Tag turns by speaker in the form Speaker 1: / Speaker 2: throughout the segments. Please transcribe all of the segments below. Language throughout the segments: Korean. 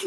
Speaker 1: 그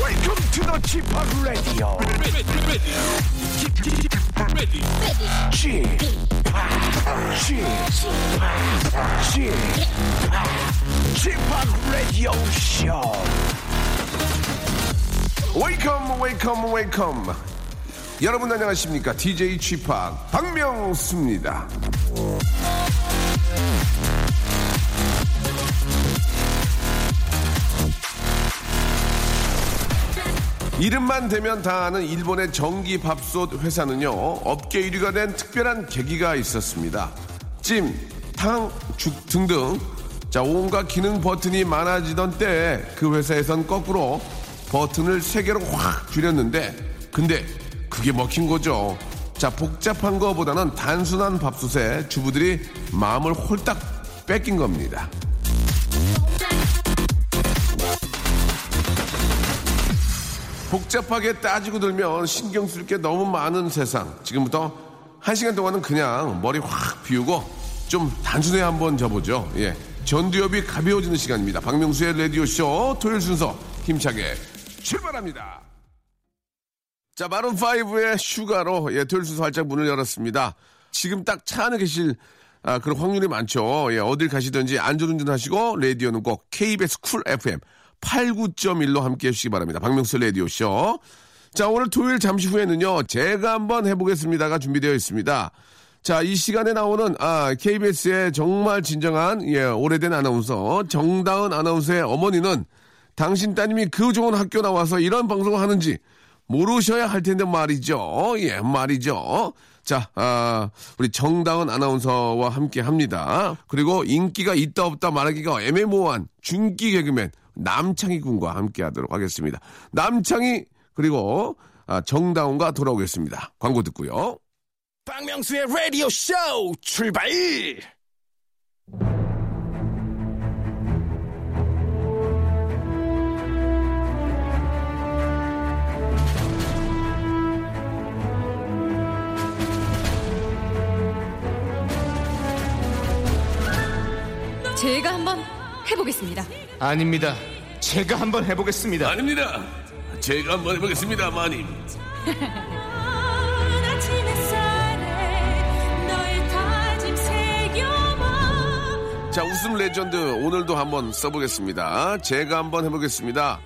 Speaker 2: Welcome to the g p Radio. g p g p Radio Show. Welcome, welcome, welcome. 여러분 안녕하십니까? DJ g p 박명수입니다. 이름만 되면 다 아는 일본의 전기 밥솥 회사는요 업계 1위가 된 특별한 계기가 있었습니다. 찜, 탕, 죽 등등 자 온갖 기능 버튼이 많아지던 때에 그 회사에선 거꾸로 버튼을 세 개로 확 줄였는데 근데 그게 먹힌 거죠. 자 복잡한 거보다는 단순한 밥솥에 주부들이 마음을 홀딱 뺏긴 겁니다. 복잡하게 따지고 들면 신경 쓸 게 너무 많은 세상. 지금부터 한 시간 동안은 그냥 머리 확 비우고 좀 단순하게 한번 접어죠. 예. 전두엽이 가벼워지는 시간입니다. 박명수의 라디오쇼 토요일 순서 힘차게 출발합니다. 자, 마룬5의 슈가로 예, 토요일 순서 활짝 문을 열었습니다. 지금 딱 차 안에 계실 아, 그런 확률이 많죠. 예, 어딜 가시든지 안전운전 하시고 라디오는 꼭 KBS 쿨 FM 89.1로 함께 해주시기 바랍니다. 박명수 라디오쇼. 자, 오늘 토요일 잠시 후에는요, 제가 한번 해보겠습니다가 준비되어 있습니다. 자, 이 시간에 나오는, 아, KBS의 정말 진정한, 예, 오래된 아나운서, 정다은 아나운서의 어머니는 당신 따님이 그 좋은 학교 나와서 이런 방송을 하는지 모르셔야 할 텐데 말이죠. 예, 말이죠. 자, 아, 우리 정다은 아나운서와 함께 합니다. 그리고 인기가 있다 없다 말하기가 애매모호한 중기 개그맨 남창희 군과 함께 하도록 하겠습니다. 남창희, 그리고 아, 정다운과 돌아오겠습니다. 광고 듣고요.
Speaker 3: 박명수의 라디오 쇼 출발!
Speaker 4: 제가 한번 해보겠습니다.
Speaker 3: 아닙니다. 제가 한번 해보겠습니다.
Speaker 2: 아닙니다. 제가 한번 해보겠습니다, 마님. 자, 웃음 레전드 오늘도 한번 써보겠습니다. 제가 한번 해보겠습니다.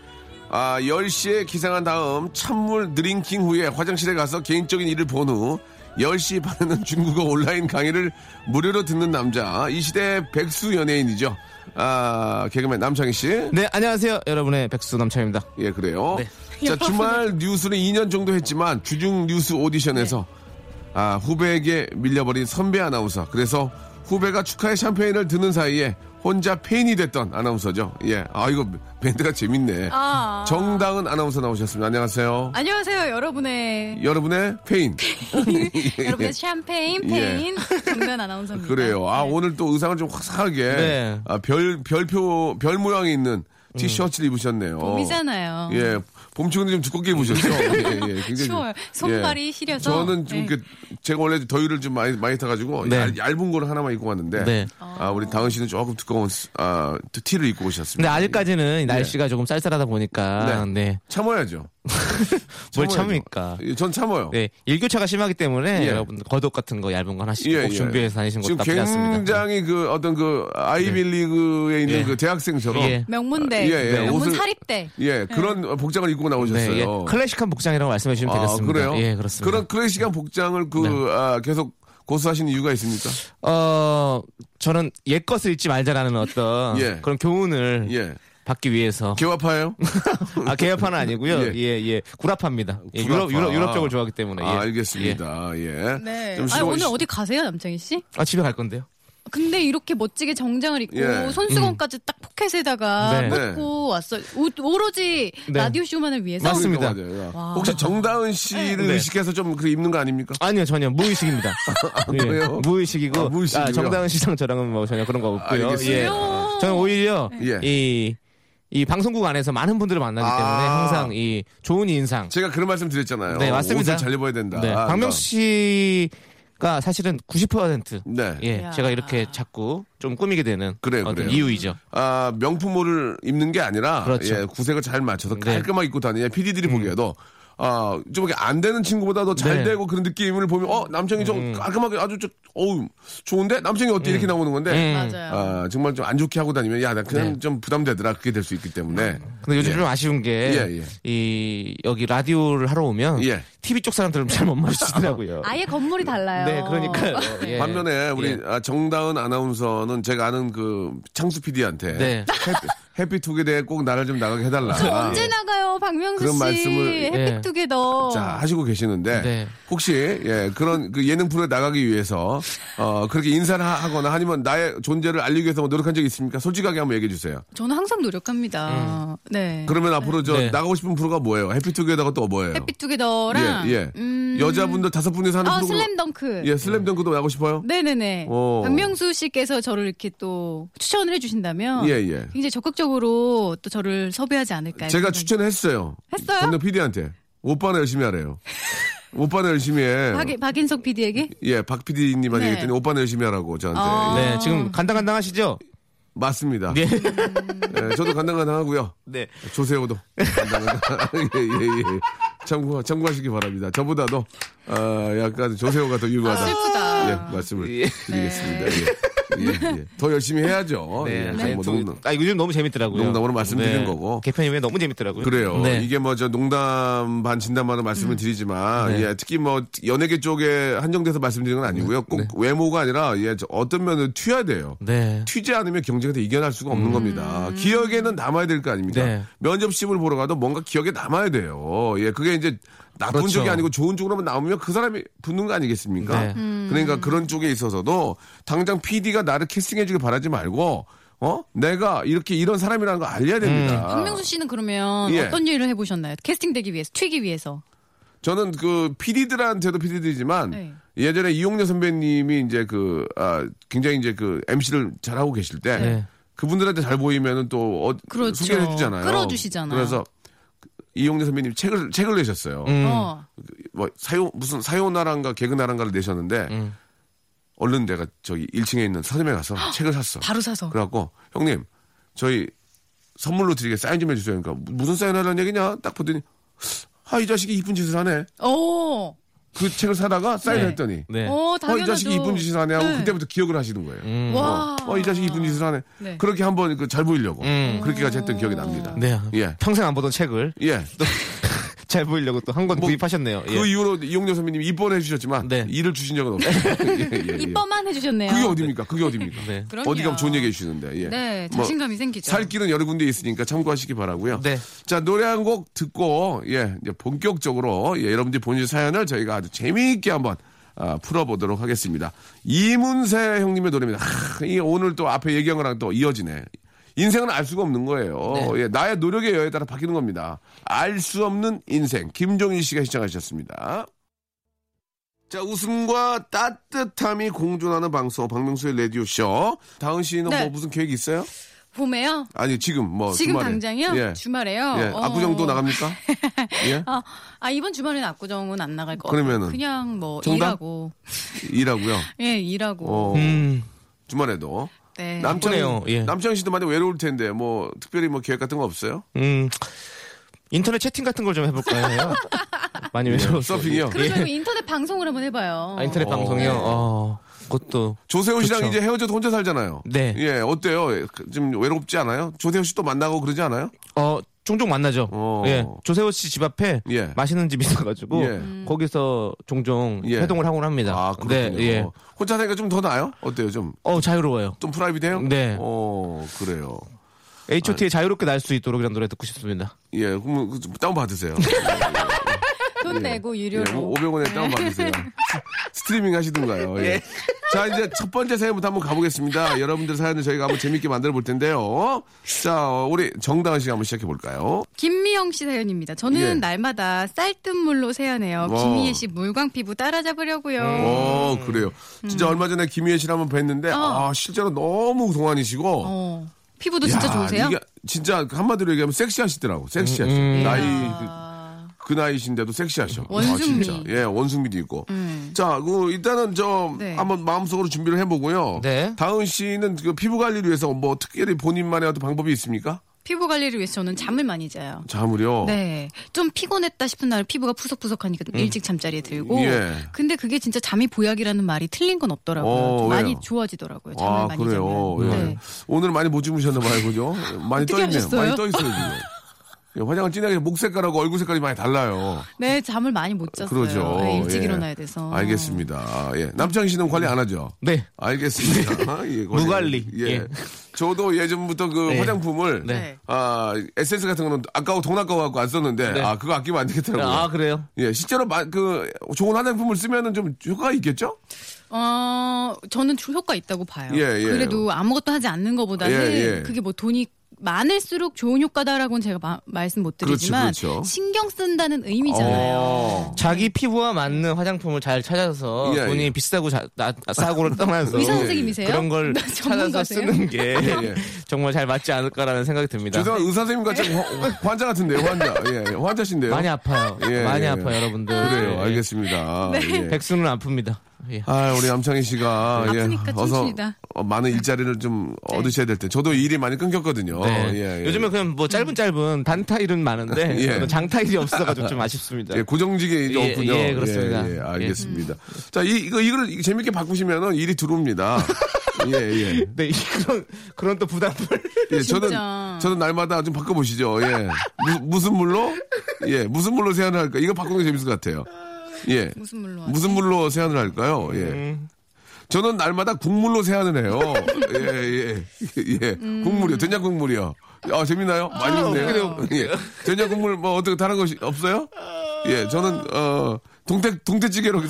Speaker 2: 아, 10시에 기상한 다음 찬물 드링킹 후에 화장실에 가서 개인적인 일을 본 후 10시 반에는 중국어 온라인 강의를 무료로 듣는 남자. 이 시대의 백수 연예인이죠. 아, 개그맨 남창희 씨.
Speaker 5: 네, 안녕하세요. 여러분의 백수 남창입니다.
Speaker 2: 예, 그래요. 자, 주말 뉴스를 2년 정도 했지만 주중 뉴스 오디션에서
Speaker 6: 네.
Speaker 2: 아, 후배에게 밀려버린 선배 아나운서. 그래서 후배가 축하의 샴페인을 드는 사이에 혼자 페인이 됐던 아나운서죠. 예. 아, 이거 밴드가 재밌네.
Speaker 6: 아.
Speaker 2: 정다은 아나운서 나오셨습니다. 안녕하세요.
Speaker 6: 안녕하세요,
Speaker 2: 예.
Speaker 6: 여러분의
Speaker 2: 여러분의 페인. 예,
Speaker 6: 여러분의 샴페인 페인 정단 아나운서입니다.
Speaker 2: 그래요. 아,
Speaker 6: 네.
Speaker 2: 오늘 또 의상을 좀 화사하게
Speaker 5: 네.
Speaker 2: 아, 별, 별표, 별 모양이 있는 티셔츠를 입으셨네요.
Speaker 6: 봄이잖아요.
Speaker 2: 예. 봄치고는 좀 두껍게 입으셨죠? 예, 예. 굉장히 좀-
Speaker 6: 추워요. 어, 손발이 시려서.
Speaker 2: 예. 저는 좀
Speaker 6: 네.
Speaker 2: 이렇게 제가 원래 더위를 좀 많이 많이 타가지고
Speaker 5: 네.
Speaker 2: 얇, 은걸 하나만 입고 왔는데
Speaker 5: 네.
Speaker 2: 아 우리 다은 씨는 조금 두꺼운 스- 아, 티- 티를 입고
Speaker 5: 근데
Speaker 2: 오셨습니다.
Speaker 5: 네, 아직까지는 날씨가 조금 쌀쌀하다 보니까
Speaker 2: 네.
Speaker 5: 네.
Speaker 2: 참아야죠.
Speaker 5: 뭘
Speaker 2: 참아야죠.
Speaker 5: 참으니까.
Speaker 2: 예, 전 참아요.
Speaker 5: 네, 일교차가 심하기 때문에
Speaker 2: 예.
Speaker 5: 여러분 겉옷 같은 거 얇은 거 하나씩 꼭 준비해서 다니신 것도
Speaker 2: 지금
Speaker 5: 나쁘지 않습니다.
Speaker 2: 굉장히 그 어떤 그 아이빌리그에 있는
Speaker 5: 예.
Speaker 2: 그 대학생처럼
Speaker 5: 예.
Speaker 6: 명문대.
Speaker 2: 예, 예,
Speaker 6: 명문
Speaker 2: 옷을-
Speaker 6: 네. 사립대. 네.
Speaker 2: 예, 그런 복장을 입고 나오셨어요.
Speaker 5: 네, 예. 클래식한 복장이라고 말씀해 주시면
Speaker 2: 아,
Speaker 5: 되겠습니다.
Speaker 2: 그래요?
Speaker 5: 예, 그렇습니다.
Speaker 2: 그런 클래식한 복장을 그
Speaker 5: 네.
Speaker 2: 아, 계속 고수하시는 이유가 있습니까?
Speaker 5: 어, 저는 옛 것을 잊지 말자라는 어떤
Speaker 2: 예.
Speaker 5: 그런 교훈을
Speaker 2: 예.
Speaker 5: 받기 위해서
Speaker 2: 개화파예요?
Speaker 5: 아 개업파는 아니고요.
Speaker 2: 예.
Speaker 5: 예, 예, 구라파입니다. 예, 유럽
Speaker 2: 구라파.
Speaker 5: 유럽 유럽 쪽을 좋아하기 때문에. 예.
Speaker 2: 아,
Speaker 5: 예.
Speaker 2: 알겠습니다. 예.
Speaker 6: 네.
Speaker 2: 좀
Speaker 6: 아,
Speaker 2: 시동-
Speaker 6: 오늘 어디 가세요, 남창희 씨?
Speaker 5: 아 예. 집에 갈 건데요.
Speaker 6: 근데 이렇게 멋지게 정장을 입고
Speaker 2: 예.
Speaker 6: 손수건까지 딱 포켓에다가
Speaker 5: 네.
Speaker 6: 넣고 왔어요. 오, 로지
Speaker 5: 네.
Speaker 6: 라디오 쇼만을 위해서.
Speaker 5: 맞습니다.
Speaker 2: 맞아요. 혹시 정다은 씨를
Speaker 5: 네.
Speaker 2: 의식해서 좀 그 입는 거 아닙니까?
Speaker 5: 아니요 전혀 무의식입니다.
Speaker 2: 아, 그래요?
Speaker 5: 아, 네. 예. 무의식이고
Speaker 2: 아, 무의식이요?
Speaker 5: 아, 정다은 씨랑 저랑은 뭐 전혀 그런 거 없고요.
Speaker 2: 알겠습니다.
Speaker 6: 귀여워.
Speaker 5: 저는 오히려
Speaker 2: 예.
Speaker 5: 이, 이 방송국 안에서 많은 분들을 만나기 때문에
Speaker 2: 아.
Speaker 5: 항상 이 좋은 인상.
Speaker 2: 제가 그런 말씀 드렸잖아요.
Speaker 5: 네 맞습니다.
Speaker 2: 옷을 잘 입어야 된다.
Speaker 5: 네,
Speaker 2: 아,
Speaker 5: 박명수 씨가 사실은 90%
Speaker 2: 네.
Speaker 5: 예,
Speaker 6: 야.
Speaker 5: 제가 이렇게 자꾸 좀 꾸미게 되는
Speaker 2: 그래요,
Speaker 5: 어떤
Speaker 2: 그래요.
Speaker 5: 이유이죠.
Speaker 2: 아, 명품 옷을 입는 게 아니라
Speaker 5: 그렇죠.
Speaker 2: 예, 구색을 잘 맞춰서
Speaker 5: 네. 음.
Speaker 2: 깔끔하게 입고 다니냐 PD들이 보기에도 아, 좀 이렇게 안 되는 친구보다 더 잘
Speaker 5: 네. 음.
Speaker 2: 되고 그런 느낌을 보면 어, 남창이 좀 깔끔하게 아주 좀 어우, 좋은데 남창이 어때 이렇게 나오는 건데
Speaker 5: 음.
Speaker 6: 맞아요.
Speaker 2: 아, 정말 좀 안 좋게 하고 다니면 야, 나 그냥 좀 부담되더라. 그게 될 수 있기 때문에.
Speaker 5: 네. 근데 요즘
Speaker 2: 예.
Speaker 5: 좀 아쉬운 게 이
Speaker 2: 예, 예.
Speaker 5: 여기 라디오를 하러 오면
Speaker 2: 예.
Speaker 5: TV 쪽 사람들은 잘 못 마주치더라고요.
Speaker 6: 아예 건물이 달라요.
Speaker 5: 네, 그러니까요. 예.
Speaker 2: 반면에 우리
Speaker 5: 예.
Speaker 2: 아, 정다은 아나운서는 제가 아는 그 창수 PD한테
Speaker 5: 네.
Speaker 2: 해피투게더에 꼭 나를 좀 나가게 해달라.
Speaker 6: 저 아, 언제 나가요, 박명수
Speaker 2: 아, 예. 그런
Speaker 6: 씨?
Speaker 2: 말씀을- 예.
Speaker 6: 햇빛두개더
Speaker 2: 자 하시고 계시는데
Speaker 5: 네.
Speaker 2: 혹시 예 그런 그 예능 프로에 나가기 위해서 어 그렇게 인사를 하- 하거나 아니면 나의 존재를 알리기 위해서 뭐 노력한 적이 있습니까? 솔직하게 한번 얘기해 주세요.
Speaker 6: 저는 항상 노력합니다.
Speaker 5: 예.
Speaker 6: 네.
Speaker 2: 그러면 앞으로 저
Speaker 5: 네.
Speaker 2: 나가고 싶은 프로가 뭐예요? 해피투게더가 또 뭐예요?
Speaker 6: 햇빛두개더랑
Speaker 2: 예, 예.
Speaker 6: 음,
Speaker 2: 여자분들 다섯 분이서 하는
Speaker 6: 아,
Speaker 2: 프로
Speaker 6: 슬램덩크.
Speaker 2: 예 슬램덩크도 나가고 싶어요?
Speaker 6: 네네네.
Speaker 2: 오.
Speaker 6: 박명수 씨께서 저를 이렇게 또 추천을 해주신다면
Speaker 2: 예, 예.
Speaker 6: 굉장히 적극적으로 또 저를 섭외하지 않을까.
Speaker 2: 제가
Speaker 6: 이런 생각이-
Speaker 2: 추천했어요.
Speaker 6: 했어요?
Speaker 2: 건너 PD한테 오빠는 열심히 하래요. 오빠는 열심히 해.
Speaker 6: 박, 박인석 PD에게
Speaker 2: 예, 박 PD님한테
Speaker 6: 네.
Speaker 2: 얘기했더니 오빠는 열심히 하라고 저한테.
Speaker 6: 아.
Speaker 2: 예,
Speaker 5: 네, 지금 간당간당하시죠?
Speaker 2: 맞습니다.
Speaker 5: 네.
Speaker 2: 예, 저도 간당간당하고요.
Speaker 5: 네.
Speaker 2: 조세호도 예예예 참고 참고하시기 바랍니다. 저보다도 어, 약간 조세호가 더 유명하다.
Speaker 6: 슬프다.
Speaker 2: 예, 말씀을 드리겠습니다.
Speaker 6: 네.
Speaker 2: 예. 예, 예. 더 열심히 해야죠. 예,
Speaker 5: 네.
Speaker 2: 항상 뭐
Speaker 5: 또-
Speaker 2: 농담-
Speaker 5: 아, 요즘 너무 재밌더라고요. 네.
Speaker 2: 농담으로 말씀드린 거고.
Speaker 5: 개편 이후에 너무 재밌더라고요.
Speaker 2: 그래요.
Speaker 5: 네. 음.
Speaker 2: 이게 뭐 저 농담 반 진담 반은 말씀을 드리지만
Speaker 5: 네.
Speaker 2: 예, 특히 뭐 연예계 쪽에 한정돼서 말씀드리는 건 아니고요. 꼭 외모가 아니라 예, 저 어떤 면을 튀어야 돼요.
Speaker 5: 네. 음.
Speaker 2: 튀지 않으면 경쟁에서 이겨낼 수가 없는 겁니다. 기억에는 남아야 될 거 아닙니까?
Speaker 5: 네.
Speaker 2: 면접심을 보러 가도 뭔가 기억에 남아야 돼요. 예, 그게 이제 나쁜
Speaker 5: 그렇죠.
Speaker 2: 쪽이 아니고 좋은 쪽으로만 나오면 그 사람이 붙는 거 아니겠습니까?
Speaker 5: 네.
Speaker 6: 음.
Speaker 2: 그러니까 그런 쪽에 있어서도 당장 PD가 나를 캐스팅해주길 바라지 말고, 어? 내가 이렇게 이런 사람이라는 걸 알려야
Speaker 5: 음.
Speaker 2: 됩니다.
Speaker 6: 박명수 씨는 그러면
Speaker 2: 예.
Speaker 6: 어떤 일을 해보셨나요? 캐스팅되기 위해서, 튀기 위해서.
Speaker 2: 저는 그 PD들한테도 PD들이지만
Speaker 6: 네.
Speaker 2: 예전에 이용녀 선배님이 이제 그 아, 굉장히 이제 그 MC를 잘하고 계실 때
Speaker 5: 네.
Speaker 2: 그분들한테 잘 보이면은 또 어,
Speaker 6: 그렇죠.
Speaker 2: 소개해 주잖아요.
Speaker 6: 끌어주시잖아요.
Speaker 2: 그래서 이용녀 선배님 책을 책을 내셨어요.
Speaker 5: 음.
Speaker 6: 어.
Speaker 2: 뭐 사요 무슨 사요나랑가 개그나랑가를 내셨는데 얼른 내가 저기 1층에 있는 서점에 가서 책을 샀어.
Speaker 6: 바로 사서.
Speaker 2: 그래갖고 형님 저희 선물로 드리게 사인 좀 해주세요. 그러니까 무슨 사인하라는 얘기냐? 딱 보더니 아 이 자식이 이쁜 짓을 하네.
Speaker 6: 오.
Speaker 2: 그 책을 사다가 사인을 했더니
Speaker 5: 네.
Speaker 6: 오,
Speaker 2: 어,
Speaker 6: 당연하죠.
Speaker 2: 이 자식이 이쁜 짓을 하네 하고
Speaker 6: 네.
Speaker 2: 그때부터 기억을 하시는 거예요.
Speaker 5: 음.
Speaker 6: 와.
Speaker 2: 어, 이 자식이 이쁜 짓을 하네.
Speaker 6: 네.
Speaker 2: 그렇게 한번 그 잘 보이려고
Speaker 6: 음.
Speaker 2: 그렇게까지 했던 기억이 납니다.
Speaker 5: 음. 네.
Speaker 2: 예.
Speaker 5: 평생 안 보던 책을
Speaker 2: 예.
Speaker 5: 잘 보이려고 또 한 권
Speaker 2: 뭐,
Speaker 5: 구입하셨네요. 예.
Speaker 2: 그 이후로 이용료 선배님이 입번해 주셨지만
Speaker 5: 네.
Speaker 2: 일을 주신 적은 없어요. 예, 예, 예.
Speaker 6: 이뻐만 해주셨네요.
Speaker 2: 그게 어딥니까? 그게 어딥니까?
Speaker 5: 네.
Speaker 6: 그럼요.
Speaker 2: 어디 가면 좋은 얘기 해주시는데. 예.
Speaker 6: 네,
Speaker 2: 뭐,
Speaker 6: 자신감이 생기죠.
Speaker 2: 살 길은 여러 군데 있으니까 참고하시기 바라고요.
Speaker 5: 네.
Speaker 2: 자 노래 한 곡 듣고 예 이제 본격적으로 예, 여러분들이 본인 사연을 저희가 아주 재미있게 한번 아, 풀어보도록 하겠습니다. 이문세 형님의 노래입니다. 하, 이 오늘 또 앞에 얘기한 거랑 또 이어지네. 인생은 알 수가 없는 거예요.
Speaker 6: 네.
Speaker 2: 예, 나의 노력의 여에 따라 바뀌는 겁니다. 알 수 없는 인생. 김종인 씨가 시청하셨습니다. 자, 웃음과 따뜻함이 공존하는 방송, 박명수의 라디오쇼. 다은 씨는
Speaker 6: 네.
Speaker 2: 뭐 무슨 계획 있어요?
Speaker 6: 봄에요?
Speaker 2: 아니, 지금 뭐.
Speaker 6: 지금
Speaker 2: 주말에.
Speaker 6: 당장이요?
Speaker 2: 예.
Speaker 6: 주말에요?
Speaker 2: 예.
Speaker 6: 어.
Speaker 2: 압구정도 나갑니까? 예.
Speaker 6: 아, 아, 이번 주말에는 압구정은 안 나갈 것
Speaker 2: 그러면은?
Speaker 6: 같아요. 그냥 뭐
Speaker 2: 정답?
Speaker 6: 일하고.
Speaker 2: 일하고요.
Speaker 6: 예, 일하고.
Speaker 2: 어,
Speaker 5: 음.
Speaker 2: 주말에도.
Speaker 6: 네.
Speaker 2: 남창,
Speaker 5: 바쁘네요. 예.
Speaker 2: 남창 씨도 많이 외로울 텐데, 뭐, 특별히 뭐 계획 같은 거 없어요?
Speaker 5: 음. 인터넷 채팅 같은 걸 좀 해볼까요? 해요? 많이 외로워.
Speaker 2: 예, 서핑이요?
Speaker 6: 그러면 인터넷 방송을 한번 해봐요.
Speaker 5: 아, 인터넷 방송이요? 어, 그것도.
Speaker 2: 조세호 씨랑
Speaker 5: 그쵸.
Speaker 2: 이제 헤어져도 혼자 살잖아요.
Speaker 5: 네.
Speaker 2: 예, 어때요? 좀 외롭지 않아요? 조세호 씨도 만나고 그러지 않아요?
Speaker 5: 어, 종종 만나죠.
Speaker 2: 어.
Speaker 5: 예. 조세호 씨 집 앞에
Speaker 2: 예.
Speaker 5: 맛있는 집이 있어가지고,
Speaker 2: 예.
Speaker 5: 음. 거기서 종종
Speaker 2: 예.
Speaker 5: 회동을 하곤 합니다.
Speaker 2: 아, 그렇군요.
Speaker 5: 네, 예.
Speaker 2: 혼자 사니까 좀 더 나아요? 어때요? 좀,
Speaker 5: 어, 자유로워요.
Speaker 2: 좀 프라이빗해요?
Speaker 5: 네.
Speaker 2: 어, 그래요.
Speaker 5: H.O.T.의 자유롭게 날 수 있도록 이라는 노래 듣고 싶습니다.
Speaker 2: 예, 그럼 그, 좀 다운받으세요.
Speaker 6: 그 돈 내고 유료로.
Speaker 2: 예,
Speaker 6: 네.
Speaker 2: 500원에 다운받으세요. 스트리밍 하시던가요. 예. 자, 이제 첫 번째 사연부터 한번 가보겠습니다. 여러분들 사연을 저희가 한번 재밌게 만들어 볼 텐데요. 자, 어, 우리 정다은 씨가 한번 시작해 볼까요?
Speaker 6: 김미영 씨 사연입니다. 저는
Speaker 2: 예.
Speaker 6: 날마다 쌀뜨물로 세안해요.
Speaker 2: 와.
Speaker 6: 김희애 씨 물광 피부 따라잡으려고요.
Speaker 2: 어, 그래요. 진짜
Speaker 6: 음.
Speaker 2: 얼마 전에 김희애 씨를 한번 뵀는데, 아, 실제로 너무 동안이시고.
Speaker 6: 어. 피부도 진짜
Speaker 2: 야,
Speaker 6: 좋으세요? 음,
Speaker 2: 이게 진짜 한마디로 얘기하면 섹시하시더라고. 섹시하시. 나이
Speaker 6: 아.
Speaker 2: 그, 그 나이신데도 섹시하셔.
Speaker 6: 원숭미.
Speaker 2: 아, 진짜. 예, 원숭미도 있고.
Speaker 6: 음.
Speaker 2: 자, 그 일단은 좀
Speaker 6: 네.
Speaker 2: 한번 마음속으로 준비를 해보고요.
Speaker 5: 네.
Speaker 2: 다은 씨는 그 피부 관리를 위해서 뭐 특별히 본인만의 어떤 방법이 있습니까?
Speaker 6: 피부 관리를 위해서 저는 잠을 많이 자요.
Speaker 2: 잠을요.
Speaker 6: 네. 좀 피곤했다 싶은 날 피부가 푸석푸석하니까 일찍 잠자리에 들고.
Speaker 2: 음. 예.
Speaker 6: 근데 그게 진짜 잠이 보약이라는 말이 틀린 건 없더라고요.
Speaker 2: 어,
Speaker 6: 좀
Speaker 2: 왜요?
Speaker 6: 많이 좋아지더라고요. 잠을
Speaker 2: 아,
Speaker 6: 많이
Speaker 2: 그래요.
Speaker 6: 자면.
Speaker 2: 예.
Speaker 6: 네.
Speaker 2: 오늘 많이 못 주무셨나 봐요, 그죠? 많이
Speaker 6: 어떻게
Speaker 2: 떠있네요.
Speaker 6: 하셨어요?
Speaker 2: 많이 떠있어요, 지금. 예, 화장을 진하게 목 색깔하고 얼굴 색깔이 많이 달라요.
Speaker 6: 네, 잠을 많이 못 잤어요.
Speaker 2: 그러죠.
Speaker 6: 네, 일찍
Speaker 2: 예.
Speaker 6: 일어나야 돼서.
Speaker 2: 알겠습니다. 아, 예. 남창희 씨는 관리 안 하죠?
Speaker 5: 네.
Speaker 2: 알겠습니다. 예, 관리.
Speaker 5: 무관리.
Speaker 2: 예.
Speaker 5: 예.
Speaker 2: 저도 예전부터 그
Speaker 5: 네.
Speaker 2: 화장품을
Speaker 5: 네.
Speaker 2: 아 에센스 같은 거는 아까워 돈 아까워 갖고 안 썼는데
Speaker 5: 네.
Speaker 2: 아 그거 아끼면 안 되겠더라고요.
Speaker 5: 아, 그래요?
Speaker 2: 예, 실제로 마, 그 좋은 화장품을 쓰면은 좀 효과가 있겠죠?
Speaker 6: 어, 저는 좀 효과 있다고 봐요.
Speaker 2: 예, 예.
Speaker 6: 그래도 아무것도 하지 않는 것보다는
Speaker 2: 예, 예.
Speaker 6: 그게 뭐 돈이 많을수록 좋은 효과다라고는 제가 마- 말씀 못 드리지만
Speaker 2: 그렇죠, 그렇죠.
Speaker 6: 신경 쓴다는 의미잖아요.
Speaker 2: 어.
Speaker 5: 자기 피부와 맞는 화장품을 잘 찾아서
Speaker 2: 예,
Speaker 5: 돈이
Speaker 2: 예.
Speaker 5: 비싸고 자- 나- 싸고를 떠나서
Speaker 6: 의사
Speaker 2: 예, 예.
Speaker 6: 선생님이세요?
Speaker 5: 그런 걸
Speaker 6: 나
Speaker 5: 찾아서
Speaker 6: 전문가세요?
Speaker 5: 쓰는 게
Speaker 2: 예.
Speaker 5: 정말 잘 맞지 않을까라는 생각이 듭니다.
Speaker 2: 죄송한 의사 선생님 같은 환- 환자 같은데요, 환자. 예, 예, 환자신데요.
Speaker 5: 많이 아파요.
Speaker 2: 예,
Speaker 5: 많이
Speaker 2: 예.
Speaker 5: 아파요, 여러분들.
Speaker 2: 그래요,
Speaker 5: 예.
Speaker 6: 네.
Speaker 2: 알겠습니다. 예.
Speaker 5: 백수는 아픕니다. 예.
Speaker 2: 아, 우리 남창희 씨가 예,
Speaker 6: 아프니까
Speaker 2: 어서
Speaker 6: 춤추이다. 네.
Speaker 2: 어, 많은 일자리를 좀 얻으셔야 될 때. 저도 일이 많이 끊겼거든요.
Speaker 5: 네.
Speaker 2: 예, 예.
Speaker 5: 요즘에 그냥 뭐 짧은 짧은 단타일은 많은데
Speaker 2: 예.
Speaker 5: 저는 장타일이 없어가지고 좀 아쉽습니다.
Speaker 2: 예, 고정직에 이제
Speaker 5: 예,
Speaker 2: 없군요.
Speaker 5: 예, 그렇습니다.
Speaker 2: 예, 예, 알겠습니다. 자, 이, 이거, 이거를 이거 재밌게 바꾸시면은 일이 들어옵니다. 예, 예.
Speaker 5: 네, 이- 그런 그런 또 부담을
Speaker 2: 예,
Speaker 6: 진짜.
Speaker 2: 저는, 저는 날마다 좀 바꿔보시죠. 예. 무, 슨 물로? 예, 무슨 물로 세안을 할까? 이거 바꾸는 게 재밌을 것 같아요. 예.
Speaker 6: 무슨 물로 하지?
Speaker 2: 무슨 물로 세안을 할까요? 예. 저는 날마다 국물로 세안을 해요. 예, 예. 예. 국물이요. 된장 국물이요. 아, 재밌나요? 많이 웃네요. 예. 된장 국물 뭐 어떻게 다른 것이 없어요? 예. 저는, 어, 동태, 동태찌개로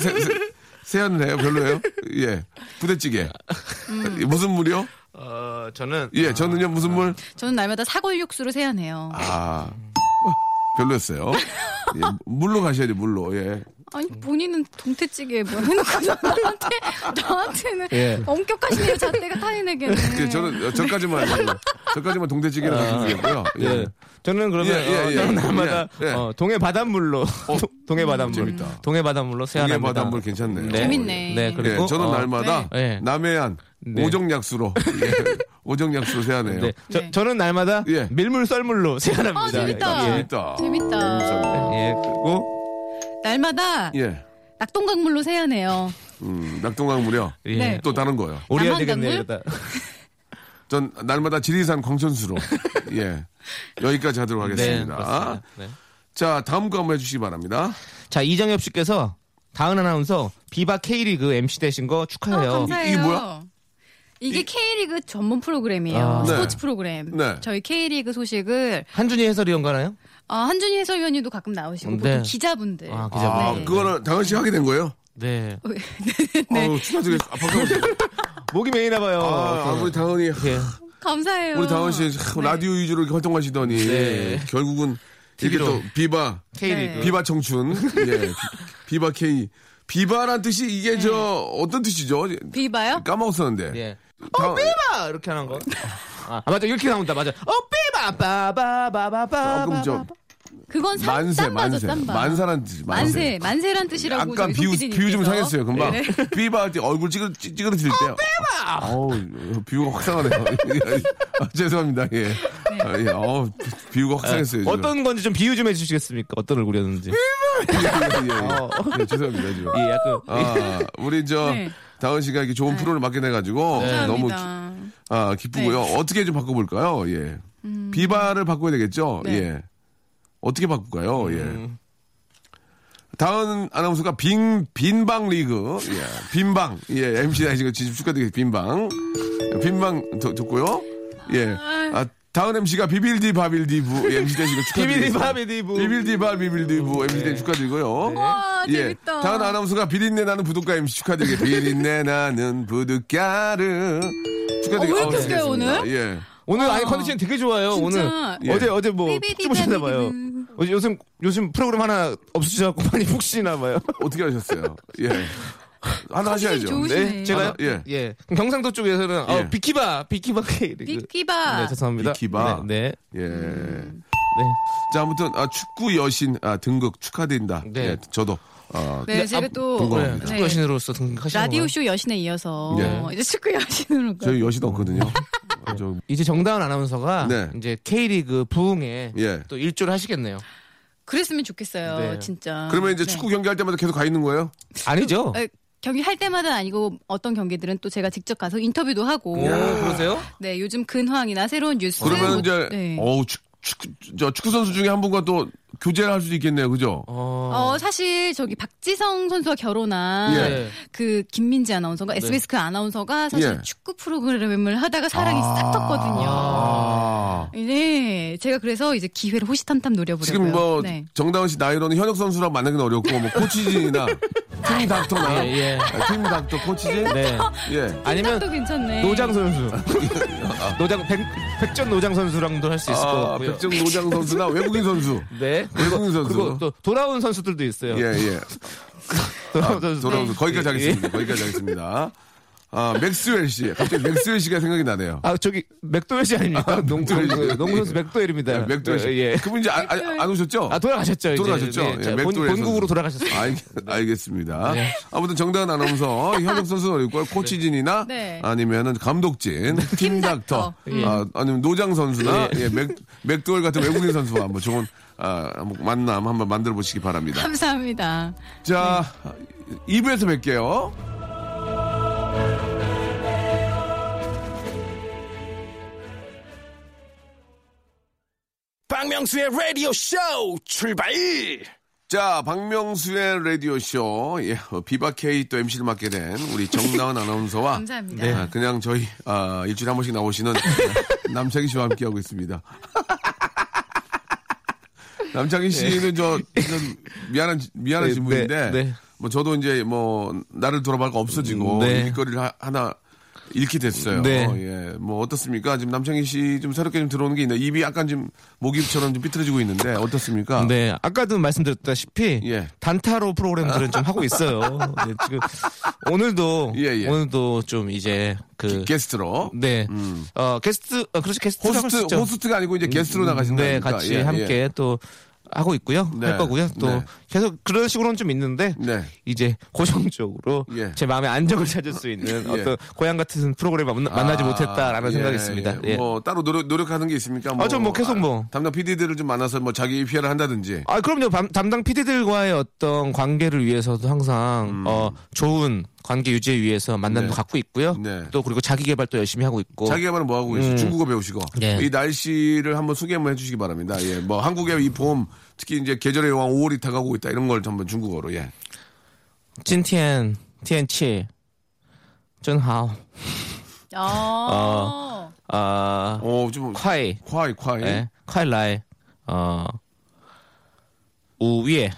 Speaker 2: 세, 안을 해요. 별로예요? 예. 부대찌개. 예, 무슨 물이요?
Speaker 5: 어, 저는
Speaker 2: 예. 저는요, 무슨 물?
Speaker 6: 저는 날마다 사골 육수로 세안해요.
Speaker 2: 아. 별로였어요. 예, 물로 가셔야죠, 물로. 예.
Speaker 6: 아니
Speaker 5: 음.
Speaker 6: 본인은 동태찌개 뭐 해놓고 나한테 나한테는
Speaker 5: 예.
Speaker 6: 엄격하시네요 잣대가 타인에게는.
Speaker 2: 예, 저는 어, 저까지만
Speaker 5: 네.
Speaker 2: 저까지만 동태찌개를 가시고요. 예.
Speaker 5: 예. 저는 그러면
Speaker 2: 예, 예,
Speaker 5: 어,
Speaker 2: 예.
Speaker 5: 저는 날마다
Speaker 2: 예, 예.
Speaker 5: 어, 동해 바닷물로 동해 바닷물
Speaker 2: 재밌다.
Speaker 5: 동해 바닷물로
Speaker 2: 동해
Speaker 5: 세안합니다.
Speaker 2: 바닷물 괜찮네요.
Speaker 5: 네.
Speaker 6: 재밌네.
Speaker 5: 네,
Speaker 2: 예,
Speaker 5: 그리고
Speaker 2: 저는
Speaker 5: 어,
Speaker 2: 날마다
Speaker 5: 네.
Speaker 2: 남해안
Speaker 5: 네.
Speaker 2: 오정약수로 예, 오정약수로 세안해요.
Speaker 5: 네. 저,
Speaker 6: 네.
Speaker 5: 저는 날마다
Speaker 2: 예.
Speaker 5: 밀물 썰물로 세안합니다.
Speaker 6: 아 재밌다.
Speaker 5: 예.
Speaker 2: 네, 재밌다.
Speaker 6: 재밌다.
Speaker 5: 예. 그리고
Speaker 6: 날마다
Speaker 2: 예,
Speaker 6: 낙동강물로 세안해요.
Speaker 2: 음, 낙동강 무려
Speaker 5: 예.
Speaker 6: 네.
Speaker 2: 또 다른 거요.
Speaker 5: 오리야
Speaker 6: 남한
Speaker 5: 되겠네요.
Speaker 6: 강물?
Speaker 5: 이러다.
Speaker 2: 전 날마다 지리산 광천수로 예 여기까지 하도록
Speaker 5: 네,
Speaker 2: 하겠습니다.
Speaker 5: 그렇습니다. 네.
Speaker 2: 자 다음 거 한번 해주시기 바랍니다.
Speaker 5: 자 이정엽 씨께서 다은 아나운서 비바 K리그 MC 되신 거 축하해요.
Speaker 6: 아, 감사해요.
Speaker 2: 이게 뭐야?
Speaker 6: 이게 K리그 전문 프로그램이에요.
Speaker 5: 아.
Speaker 2: 네.
Speaker 6: 스포츠 프로그램.
Speaker 2: 네.
Speaker 6: 저희 K리그 소식을
Speaker 5: 한준희 해설위원가나요?
Speaker 6: 어, 한준희 해설위원님도 가끔 나오시고
Speaker 5: 네.
Speaker 6: 보통 기자분들.
Speaker 5: 아, 기자분.
Speaker 2: 아
Speaker 5: 네.
Speaker 2: 그거를 당연씨 하게 된 거예요?
Speaker 5: 네.
Speaker 2: 아우 추가적인 아, 박수.
Speaker 5: 목이 메이나 봐요.
Speaker 2: 아, 아, 우리 당은이
Speaker 5: 예.
Speaker 6: 감사해요. 네.
Speaker 2: 우리 다은 씨 참 라디오 위주로 이렇게 활동하시더니
Speaker 5: 네.
Speaker 2: 결국은 이게
Speaker 5: TV로.
Speaker 2: 또 비바
Speaker 6: 네.
Speaker 5: K리그.
Speaker 2: 비바 청춘 예 비- 비바 K 비바란 뜻이
Speaker 6: 네.
Speaker 2: 이게 저 어떤 뜻이죠?
Speaker 6: 비바요?
Speaker 2: 까먹었었는데
Speaker 5: 예.
Speaker 2: 다-
Speaker 6: 어,
Speaker 5: 삐바! 이렇게 하는 거. 아, 맞아. 이렇게 나온다. 맞아. 어, 삐바! 빠바바바바바.
Speaker 2: 조금 좀
Speaker 6: 그건 쌈,
Speaker 2: 만세
Speaker 6: 쌈 맞아,
Speaker 2: 만세
Speaker 6: 쌈 맞아.
Speaker 2: 만사란 뜻이
Speaker 6: 만세, 만세란 뜻이라고
Speaker 2: 약간
Speaker 6: 저희
Speaker 2: 비유
Speaker 6: 손
Speaker 2: 비유 좀
Speaker 6: PD님께서.
Speaker 2: 상했어요 금방
Speaker 6: 네. 어,
Speaker 2: 비바 할 때 얼굴 찌그러 찌그러질 때 어우 비유가 확상하네요 아, 죄송합니다 예,
Speaker 6: 네.
Speaker 2: 아, 예. 어우, 비- 비유가 확상했어요 지금.
Speaker 5: 예. 어떤 건지 좀 비유 좀 해주시겠습니까? 어떤 얼굴이었는지.
Speaker 2: 예, 예, 예.
Speaker 5: 어.
Speaker 2: 예, 죄송합니다 지금
Speaker 5: 예, 약간.
Speaker 2: 아, 우리 저
Speaker 6: 네.
Speaker 2: 다은 씨가 이렇게 좋은 프로를 맡게 돼가지고 네, 너무 기,
Speaker 6: 감사합니다.
Speaker 2: 아, 기쁘고요.
Speaker 6: 네.
Speaker 2: 어떻게 좀 바꿔볼까요? 예. 비바를 바꿔야 되겠죠?
Speaker 6: 음. 네.
Speaker 2: 예. 어떻게 바꿀까요?
Speaker 5: 음.
Speaker 2: 예. 다은 아나운서가 빈, 빈방 리그. 예. 빈방. 예. MC 다이지가 진심 축하드리겠습니다. 빈방. 빈방 듣- 듣고요. 예. 아, 다은 MC가 비빌디 바빌디 부 예, MC 되시고 축하드립니다.
Speaker 5: 비빌디바비디 부. 네.
Speaker 2: 비빌디바 비빌디 부 MC 되 축하드리고요. 예.
Speaker 6: 와, 재밌다.
Speaker 2: 다은 아나운서가 비린내 나는 부둣가 MC 축하드리게 비린내 나는 부둣가를 축하드리게
Speaker 6: 어, 왜 이렇게 웃겨요, 오늘?
Speaker 2: 예.
Speaker 5: 오늘 아니 컨디션 되게 좋아요.
Speaker 6: 진짜.
Speaker 5: 어,
Speaker 6: 예.
Speaker 5: 오늘 어제 어제 뭐
Speaker 6: 삐비디바비디
Speaker 5: 주무셨나 봐요.
Speaker 6: 음.
Speaker 5: 어제 요즘 요즘 프로그램 하나 없으셔갖고 많이 푹 쉬나 봐요.
Speaker 2: 어떻게 하셨어요? 예. 하나 하셔야죠.
Speaker 6: 좋으시네.
Speaker 5: 네, 제가요?
Speaker 2: 예.
Speaker 5: 예. 그럼 경상도 쪽에서는 어,
Speaker 2: 예.
Speaker 5: 비키바, 비키바
Speaker 2: 그-
Speaker 5: 케이크.
Speaker 6: 비키바.
Speaker 5: 네, 죄송합니다.
Speaker 2: 비키바.
Speaker 5: 네, 네.
Speaker 2: 예.
Speaker 5: 네.
Speaker 2: 자, 아무튼 아, 축구 여신 아, 등극 축하드린다.
Speaker 5: 네.
Speaker 2: 예, 저도 아,
Speaker 6: 네, 제가 또
Speaker 2: 동감합니다.
Speaker 5: 네, 축구 여신으로서 등극하시는
Speaker 6: 라디오 쇼 여신에 이어서
Speaker 2: 네.
Speaker 6: 이제 축구 여신으로 가.
Speaker 2: 저희 여신 없거든요. 아, 저,
Speaker 5: 이제 정다은 아나운서가
Speaker 2: 네.
Speaker 5: 이제 K리그 부흥에
Speaker 2: 예.
Speaker 5: 또 일조를 하시겠네요.
Speaker 6: 그랬으면 좋겠어요,
Speaker 5: 네.
Speaker 6: 진짜.
Speaker 2: 그러면 이제
Speaker 6: 네.
Speaker 2: 축구 경기할 때마다 계속 가 있는 거예요?
Speaker 5: 아니죠?
Speaker 6: 에, 경기 할 때마다 아니고 어떤 경기들은 또 제가 직접 가서 인터뷰도 하고.
Speaker 5: 오, 그러세요?
Speaker 6: 네, 요즘 근황이나 새로운 뉴스.
Speaker 2: 그러면
Speaker 6: 뭐-
Speaker 2: 이제
Speaker 6: 네.
Speaker 2: 어우 축, 축, 저 축구 선수 중에 한 분과 또 교제를 할 수도 있겠네요, 그죠?
Speaker 6: 어, 사실 저기 박지성 선수와 결혼한
Speaker 2: 예. 네.
Speaker 6: 그 김민지 아나운서가 SBS 그 아나운서가 사실
Speaker 2: 예.
Speaker 6: 축구 프로그램을 하다가 사랑이 싹 떴거든요.
Speaker 2: 아.
Speaker 6: 네, 제가 그래서 이제 기회를 호시탐탐 노려보려고요.
Speaker 2: 지금 뭐
Speaker 6: 네.
Speaker 2: 정다은 씨 나이로는 현역 선수랑 만나기는 어렵고 뭐 코치진이나 팀 닥터나
Speaker 5: 예, 예.
Speaker 2: 아, 팀 닥터 코치진
Speaker 5: 네.
Speaker 6: 어.
Speaker 2: 예.
Speaker 5: 아니면
Speaker 6: 또 괜찮네.
Speaker 5: 노장 선수. 노장 백, 백전 노장 선수랑도 할 수 있을 것
Speaker 2: 아,
Speaker 5: 같고요.
Speaker 2: 백정 노장 선수나 외국인 선수.
Speaker 5: 네. 그리고,
Speaker 2: 백승 선수.
Speaker 5: 그리고 또 돌아온 선수들도 있어요.
Speaker 2: 예, 예.
Speaker 5: 돌아온 네. 선수.
Speaker 2: 돌아오서 거기까지
Speaker 5: 예, 예.
Speaker 2: 하겠습니다. 거기까지 하겠습니다. 아, 맥스웰 씨. 갑자기 맥스웰 씨가 생각이 나네요.
Speaker 5: 아 저기 맥도웰 씨 아닙니까? 농,
Speaker 2: 맥도웰 씨.
Speaker 5: 농구, 농구 선수 맥도웰입니다.
Speaker 2: 네, 맥도웰 씨.
Speaker 5: 예.
Speaker 2: 그분 이제 아, 아, 안 오셨죠?
Speaker 5: 아 돌아가셨죠. 이제.
Speaker 2: 돌아가셨죠?
Speaker 5: 네, 자,
Speaker 2: 예,
Speaker 5: 본,
Speaker 2: 맥도웰 선수.
Speaker 5: 본국으로 돌아가셨어요.
Speaker 2: 알, 알겠습니다. 아무튼 정다은 아나운서, 현역 선수는 어렵고, 코치진이나,
Speaker 6: 네.
Speaker 2: 아니면은 감독진, 팀닥터,
Speaker 5: 예.
Speaker 2: 아, 아니면 노장 선수나, 예, 맥, 맥도웰 같은 외국인 선수와 한번 좋은, 아, 한번 만남 한번 만들어 보시기 바랍니다.
Speaker 6: 감사합니다.
Speaker 2: 자, 2부에서 뵐게요.
Speaker 3: 박명수의 라디오 쇼 출발.
Speaker 2: 자, 박명수의 라디오쇼, 예, 어, 비바케이 또 MC를 맡게 된 우리 정다은 아나운서와.
Speaker 6: 감사합니다.
Speaker 5: 네.
Speaker 2: 아, 그냥 저희, 아, 일주일에 한 번씩 나오시는 남창희 씨와 함께하고 있습니다. 남창희 씨는 저, 좀 미안한, 미안한
Speaker 5: 네,
Speaker 2: 질문인데,
Speaker 5: 네, 네.
Speaker 2: 뭐 저도 이제 뭐, 나를 돌아볼 거 없어지고,
Speaker 5: 네.
Speaker 2: 일거리를 하, 하나, 잃게 됐어요.
Speaker 5: 네.
Speaker 2: 어, 예. 뭐 어떻습니까? 지금 남창희 씨 좀 새롭게 좀 들어오는 게 있나? 입이 약간 지금 모기입처럼 좀 삐뚤어지고 있는데 어떻습니까?
Speaker 5: 네, 아까도 말씀드렸다시피
Speaker 2: 예.
Speaker 5: 단타로 프로그램들은 좀 하고 있어요. 네, 지금 오늘도
Speaker 2: 예, 예.
Speaker 5: 오늘도 좀 이제 그
Speaker 2: 게스트로. 음.
Speaker 5: 네, 어 게스트 어 그렇죠 게스트
Speaker 2: 호스트 호스트가 아니고 이제 음, 게스트로 예, 나가신다.
Speaker 5: 네, 같이 함께 또 하고 있고요.
Speaker 2: 네.
Speaker 5: 할 거고요. 또
Speaker 2: 네.
Speaker 5: 계속 그런 식으로는 좀 있는데
Speaker 2: 네.
Speaker 5: 이제 고정적으로
Speaker 2: 예.
Speaker 5: 제 마음의 안정을 찾을 수 있는
Speaker 2: 예. 아,
Speaker 5: 어떤 고향 같은 프로그램 만나지 못했다라는 생각이 있습니다. 예.
Speaker 2: 뭐 따로 노력, 노력하는 게 있습니까?
Speaker 5: 아, 저뭐 계속 뭐.
Speaker 2: 담당 PD들을 좀 만나서 뭐 자기 피해를 한다든지.
Speaker 5: 아 그럼요 밤- 담당 PD들과의 어떤 관계를 위해서도 항상 어 좋은 관계 유지 위해서 만남도
Speaker 2: 음. 네.
Speaker 5: 갖고 있고요.
Speaker 2: 네.
Speaker 5: 또 그리고 자기 개발도 열심히 하고 있고.
Speaker 2: 자기 개발은 뭐 하고 계세요? 중국어 배우시고
Speaker 5: 음. 예.
Speaker 2: 이 날씨를 한번 소개 한번 해주시기 바랍니다. 예, 뭐 한국의 이 봄 특히 이제 계절의 여왕 5월이 다가오고 있다 이런 걸 한번 중국어로 예.
Speaker 5: 今天天气真好
Speaker 6: 어.
Speaker 5: 아
Speaker 2: 어, 좀
Speaker 5: 快
Speaker 2: 콰이 콰이
Speaker 5: 哎快来呃五月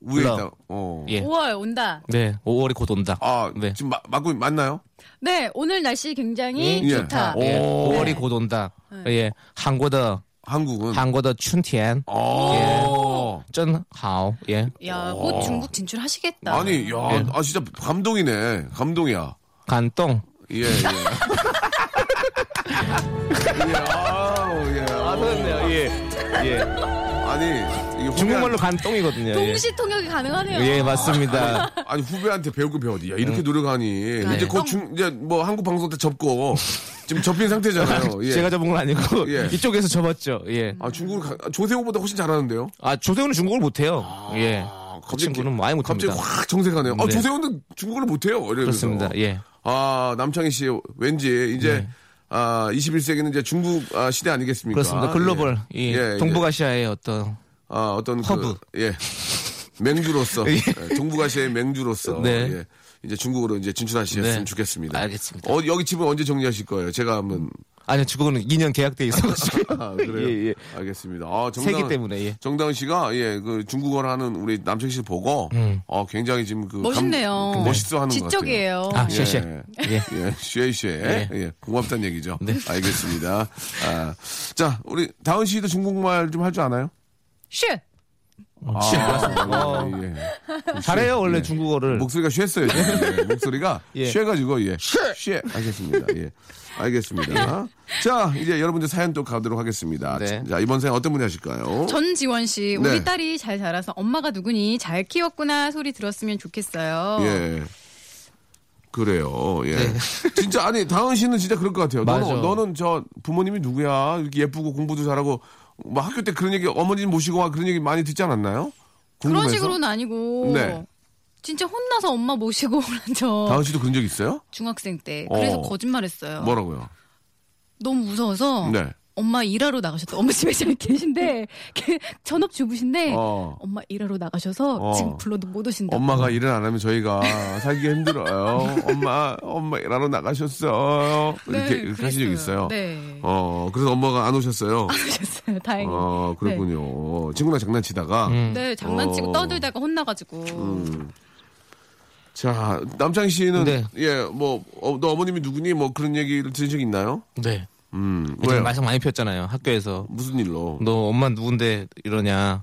Speaker 2: 위에
Speaker 5: 올라오.
Speaker 2: 있다. 어.
Speaker 5: 예
Speaker 6: 5월 온다.
Speaker 5: 네오월이곧온다
Speaker 2: 아,
Speaker 5: 네.
Speaker 2: 지금 마, 맞고 맞나요?
Speaker 6: 네, 오늘 날씨 굉장히
Speaker 2: 예.
Speaker 6: 좋다.
Speaker 2: 오.
Speaker 5: 예오월이곧온다
Speaker 6: 네.
Speaker 5: 예韩国的
Speaker 2: 한국은. 아.
Speaker 5: 韩国的春天 예.
Speaker 2: 어.
Speaker 5: 真好예
Speaker 6: 야, 곧 중국 진출하시겠다.
Speaker 2: 아니, 야, 아 진짜 감동이네. 감동이야.
Speaker 5: 感动
Speaker 2: 예, 예. 예, 아우, 예.
Speaker 5: 그렇네요. 예. 예.
Speaker 2: 아니, 이게 후배한-
Speaker 5: 중국말로 간 똥이거든요. 예.
Speaker 6: 동시 통역이 가능하네요.
Speaker 5: 예, 맞습니다.
Speaker 2: 아니, 후배한테 배우고 배워야 야,
Speaker 5: 네.
Speaker 2: 이렇게 노력하니. 이제 곧 중, 이제 뭐 한국 방송 때 접고, 지금 접힌 상태잖아요. 예.
Speaker 5: 제가 접은 건 아니고
Speaker 2: 예.
Speaker 5: 이쪽에서 접었죠. 예.
Speaker 2: 아, 중국을, 가- 조세호보다 훨씬 잘하는데요? 아,
Speaker 5: 아, 조세호는 중국을 못 해요. 예. 그
Speaker 2: 갑자기-
Speaker 5: 친구는 많이 못
Speaker 2: 갑자기
Speaker 5: 합니다.
Speaker 2: 확 정색하네요. 아,
Speaker 5: 네.
Speaker 2: 조세호는 중국어를 못해요. 이러면서.
Speaker 5: 그렇습니다. 네. 예.
Speaker 2: 아, 남창희 씨, 왠지 이제, 아, 21세기는 이제 중국 아, 시대 아니겠습니까?
Speaker 5: 그렇습니다. 글로벌 이
Speaker 2: 예, 예.
Speaker 5: 동북아시아의 어떤
Speaker 2: 아, 어떤
Speaker 5: 허브.
Speaker 2: 그, 예. 맹주로서 예, 동북아시아의 맹주로서
Speaker 5: 네.
Speaker 2: 예, 이제 중국으로 이제 진출하셨으면
Speaker 5: 네.
Speaker 2: 좋겠습니다.
Speaker 5: 알겠습니다.
Speaker 2: 어, 여기 집은 언제 정리하실 거예요? 제가 한번
Speaker 5: 아니요, 주거는 2년 계약돼 있어가지고.
Speaker 2: 아, 그래요.
Speaker 5: 예, 예.
Speaker 2: 알겠습니다. 아, 정당,
Speaker 5: 세기 때문에, 예.
Speaker 2: 정다은 씨가 예, 그 중국어를 하는 우리 남창 씨 보고
Speaker 5: 음.
Speaker 2: 어, 굉장히 지금 그 감-
Speaker 6: 멋있네요.
Speaker 2: 그 멋있어 하는 것 같아요.
Speaker 6: 지적이에요.
Speaker 5: 아, 쉐쉐.
Speaker 2: 예. 예, 쉐쉐. 예, 고맙다는 얘기죠.
Speaker 5: 네.
Speaker 2: 알겠습니다. 아, 자, 우리 다은 씨도 중국말 좀 할 줄 아나요?
Speaker 6: 쉣!
Speaker 2: 아, 예, 예.
Speaker 5: 아, 잘해요, 원래 중국어를.
Speaker 2: 목소리가 쉐했어요. 지금. 예, 목소리가
Speaker 5: 예.
Speaker 2: 쉐가지고 예. 쉐. 알겠습니다. 예. 알겠습니다. 자, 이제 여러분들 사연 또 가도록 하겠습니다.
Speaker 5: 예. 네.
Speaker 2: 자, 이번 사연 어떤 분이 하실까요?
Speaker 6: 전지원 씨,
Speaker 2: 네.
Speaker 6: 우리 딸이 잘 자라서 엄마가 누구니 잘 키웠구나 소리 들었으면 좋겠어요.
Speaker 2: 예. 그래요. 예. 진짜 아니 다은 씨는 진짜 그럴 것 같아요.
Speaker 5: 네. 맞아.
Speaker 2: 너는 너는 저 부모님이 누구야? 이렇게 예쁘고 공부도 잘하고 뭐 학교 때 그런 얘기 어머니 모시고 와 그런 얘기 많이 듣지 않았나요?
Speaker 6: 그런
Speaker 2: 궁금해서?
Speaker 6: 식으로는 아니고
Speaker 2: 네.
Speaker 6: 진짜 혼나서 엄마 모시고 오란 저
Speaker 2: 다은 씨도 그런 적 있어요?
Speaker 6: 중학생 때
Speaker 2: 어.
Speaker 6: 그래서 거짓말했어요.
Speaker 2: 뭐라고요?
Speaker 6: 너무 무서워서
Speaker 2: 네.
Speaker 6: 엄마 일하러 나가셨다. 엄마 집에 지금 계신데 그 전업 주부신데
Speaker 2: 어.
Speaker 6: 엄마 일하러 나가셔서
Speaker 2: 어.
Speaker 6: 지금 불러도 못 오신다.
Speaker 2: 엄마가 일을 안 하면 저희가 살기 힘들어요. 엄마, 엄마 일하러 나가셨어요. 이렇게, 이렇게 하신 적 있어요.
Speaker 6: 네.
Speaker 2: 어, 그래서 엄마가 안 오셨어요.
Speaker 6: 그러셨어요. 네. 다행히.
Speaker 2: 어, 그렇군요. 친구랑 장난치다가.
Speaker 5: 음.
Speaker 6: 네, 장난치고
Speaker 2: 어. 음.
Speaker 6: 떠들다가 혼나가지고.
Speaker 2: 자, 남창희 씨는,
Speaker 5: 네.
Speaker 2: 예, 뭐, 어, 너 어머님이 누구니? 뭐 그런 얘기를 들은 적 있나요?
Speaker 5: 네.
Speaker 2: 음,
Speaker 5: 왜
Speaker 2: 왜요?
Speaker 5: 말썽 많이 피웠잖아요, 학교에서.
Speaker 2: 무슨 일로?
Speaker 5: 너 엄마 누군데 이러냐.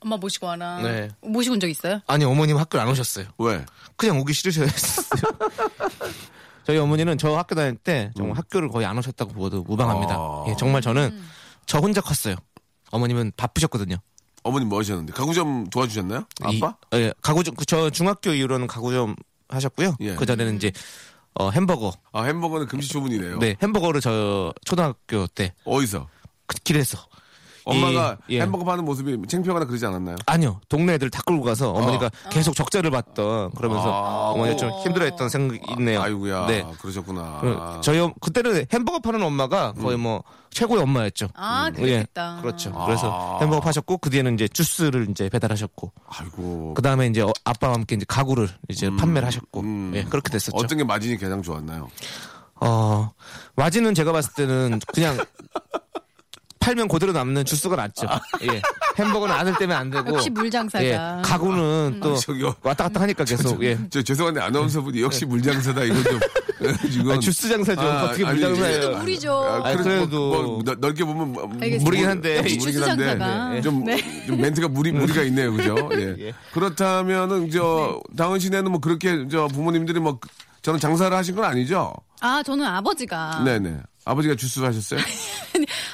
Speaker 6: 엄마 모시고 와라.
Speaker 5: 네.
Speaker 6: 모시고 온 적 있어요?
Speaker 5: 아니, 어머님 학교 안 오셨어요.
Speaker 2: 왜?
Speaker 5: 그냥 오기 싫으셔요. 저희 어머니는 저 학교 다닐 때 정말 학교를 거의 안 오셨다고 보도 무방합니다.
Speaker 2: 아.
Speaker 5: 예, 정말 저는 저 혼자 컸어요. 어머님은 바쁘셨거든요.
Speaker 2: 어머님 뭐 하셨는데? 가구점 도와주셨나요?
Speaker 5: 이-
Speaker 2: 아빠?
Speaker 5: 예, 가구점 그저 중학교 이후로는 가구점 하셨고요.
Speaker 2: 예.
Speaker 5: 그 전에는 이제 어, 햄버거.
Speaker 2: 아, 햄버거는 금시초문이네요.
Speaker 5: 네, 햄버거를 저 초등학교 때
Speaker 2: 어디서?
Speaker 5: 그 길에서
Speaker 2: 엄마가
Speaker 5: 이- 예.
Speaker 2: 햄버거 파는 모습이 창피하거나 그러지 않았나요?
Speaker 5: 아니요 동네 애들 다 끌고 가서 어머니가 계속 적자를 봤던 그러면서
Speaker 2: 아.
Speaker 5: 어머니 좀 힘들어했던 생각이 있네요.
Speaker 2: 아이고야. 아.
Speaker 5: 네.
Speaker 2: 그러셨구나.
Speaker 5: 그 저희 엄- 그때는 햄버거 파는 엄마가 거의 뭐 최고의 엄마였죠.
Speaker 6: 아,
Speaker 5: 예,
Speaker 6: 그렇겠다.
Speaker 5: 그렇죠. 그래서 햄버거 파셨고 그 뒤에는 이제 주스를 이제 배달하셨고
Speaker 2: 아이고.
Speaker 5: 그 다음에 이제 어- 아빠와 함께 이제 가구를 이제 판매를 하셨고
Speaker 2: 음.
Speaker 5: 예, 그렇게 됐었죠.
Speaker 2: 어떤 게 마진이 가장 좋았나요?
Speaker 5: 어 와지는 제가 봤을 때는 그냥 팔면 그대로 남는 주스가 낫죠. 예. 햄버거는 아들 때문에 안 되고
Speaker 6: 역시 물장사다.
Speaker 5: 예, 가구는 또
Speaker 2: 저기요.
Speaker 5: 왔다 갔다 하니까 계속 예.
Speaker 2: 저 죄송한데 아나운서분이 역시 물장사다 이건 좀 지금
Speaker 5: 네. 아니, 주스 장사죠.
Speaker 2: 아,
Speaker 5: 어떻게
Speaker 2: 아니,
Speaker 5: 물장사예요?
Speaker 6: 그래도 물이죠.
Speaker 5: 아, 그래도-
Speaker 2: 넓게 보면 뭐-
Speaker 6: 알겠습니다.
Speaker 5: 모르긴 한데.
Speaker 6: 역시
Speaker 2: 모르긴
Speaker 6: 주스
Speaker 2: 한데
Speaker 6: 장사가. 네.
Speaker 2: 좀, 좀 멘트가 무리 무리가 있네요, 그죠? 예. 그렇다면은 저 당은 씨네는 뭐 그렇게 저 부모님들이 뭐 그- 저는 장사를 하신 건 아니죠?
Speaker 6: 아, 저는 아버지가.
Speaker 2: 네네. 아버지가 주스 하셨어요?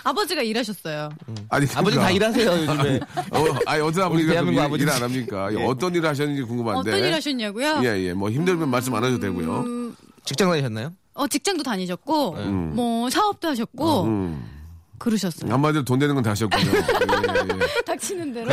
Speaker 6: 아버지가 일하셨어요.
Speaker 2: 아니
Speaker 5: 아버지
Speaker 2: 그러니까.
Speaker 5: 다 일하세요 요즘에.
Speaker 2: 어, 아니 어떤 아버지가 좀
Speaker 5: 대한민국
Speaker 2: 일,
Speaker 5: 아버지. 예.
Speaker 2: 일안 합니까? 어떤 일을 하셨는지 궁금한데.
Speaker 6: 어떤 일 하셨냐고요?
Speaker 2: 아, 예, 예. 뭐 힘들면 말씀 안 하셔도 되고요.
Speaker 6: 음.
Speaker 5: 직장 다니셨나요?
Speaker 6: 어, 직장도 다니셨고,
Speaker 2: 네.
Speaker 6: 뭐, 사업도
Speaker 2: 음.
Speaker 6: 하셨고, 그러셨어요.
Speaker 2: 한마디로 돈 되는 건 다 하셨군요. 예, 예.
Speaker 6: 닥치는 대로.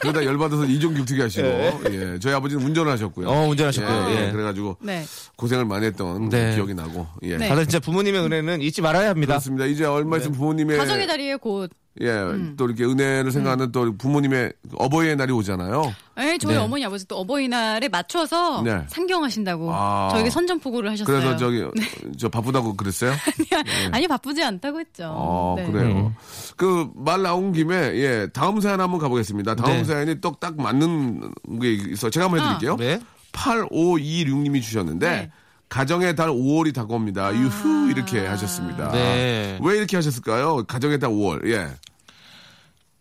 Speaker 2: 그러다 열받아서 이종격투기 하시고, 예. 저희 아버지는 운전을 하셨고요.
Speaker 5: 어, 운전하셨고요. 예.
Speaker 2: 그래가지고
Speaker 6: 네.
Speaker 2: 고생을 많이 했던
Speaker 5: 네.
Speaker 2: 기억이 나고, 예.
Speaker 6: 네.
Speaker 5: 다들 진짜 부모님의 은혜는 잊지 말아야 합니다.
Speaker 2: 그렇습니다. 이제 얼마
Speaker 5: 네.
Speaker 2: 있으면 부모님의
Speaker 6: 가정의 음. 달이에 곧.
Speaker 2: 예, 또 이렇게 은혜를 생각하는 또 부모님의 어버이의 날이 오잖아요.
Speaker 6: 에 예, 저희
Speaker 5: 네.
Speaker 6: 어머니 아버지 또 어버이날에 맞춰서
Speaker 2: 네.
Speaker 6: 상경하신다고
Speaker 2: 아.
Speaker 6: 저에게 선전포고를 하셨어요.
Speaker 2: 그래서 저기
Speaker 6: 네.
Speaker 2: 저 바쁘다고 그랬어요?
Speaker 6: 아니 바쁘지 않다고 했죠.
Speaker 2: 어,
Speaker 6: 네.
Speaker 5: 음.
Speaker 2: 그래요. 그 말 나온 김에 예, 다음 사연 한번 가보겠습니다. 다음
Speaker 5: 네.
Speaker 2: 사연이 떡딱 맞는 게 있어. 제가 한번 해드릴게요.
Speaker 6: 아.
Speaker 5: 네.
Speaker 2: 8526님이 주셨는데
Speaker 6: 네.
Speaker 2: 가정의 달 5월이 다가옵니다. 유후 이렇게 하셨습니다.
Speaker 5: 아. 네.
Speaker 2: 왜 이렇게 하셨을까요? 가정의 달 5월. 예.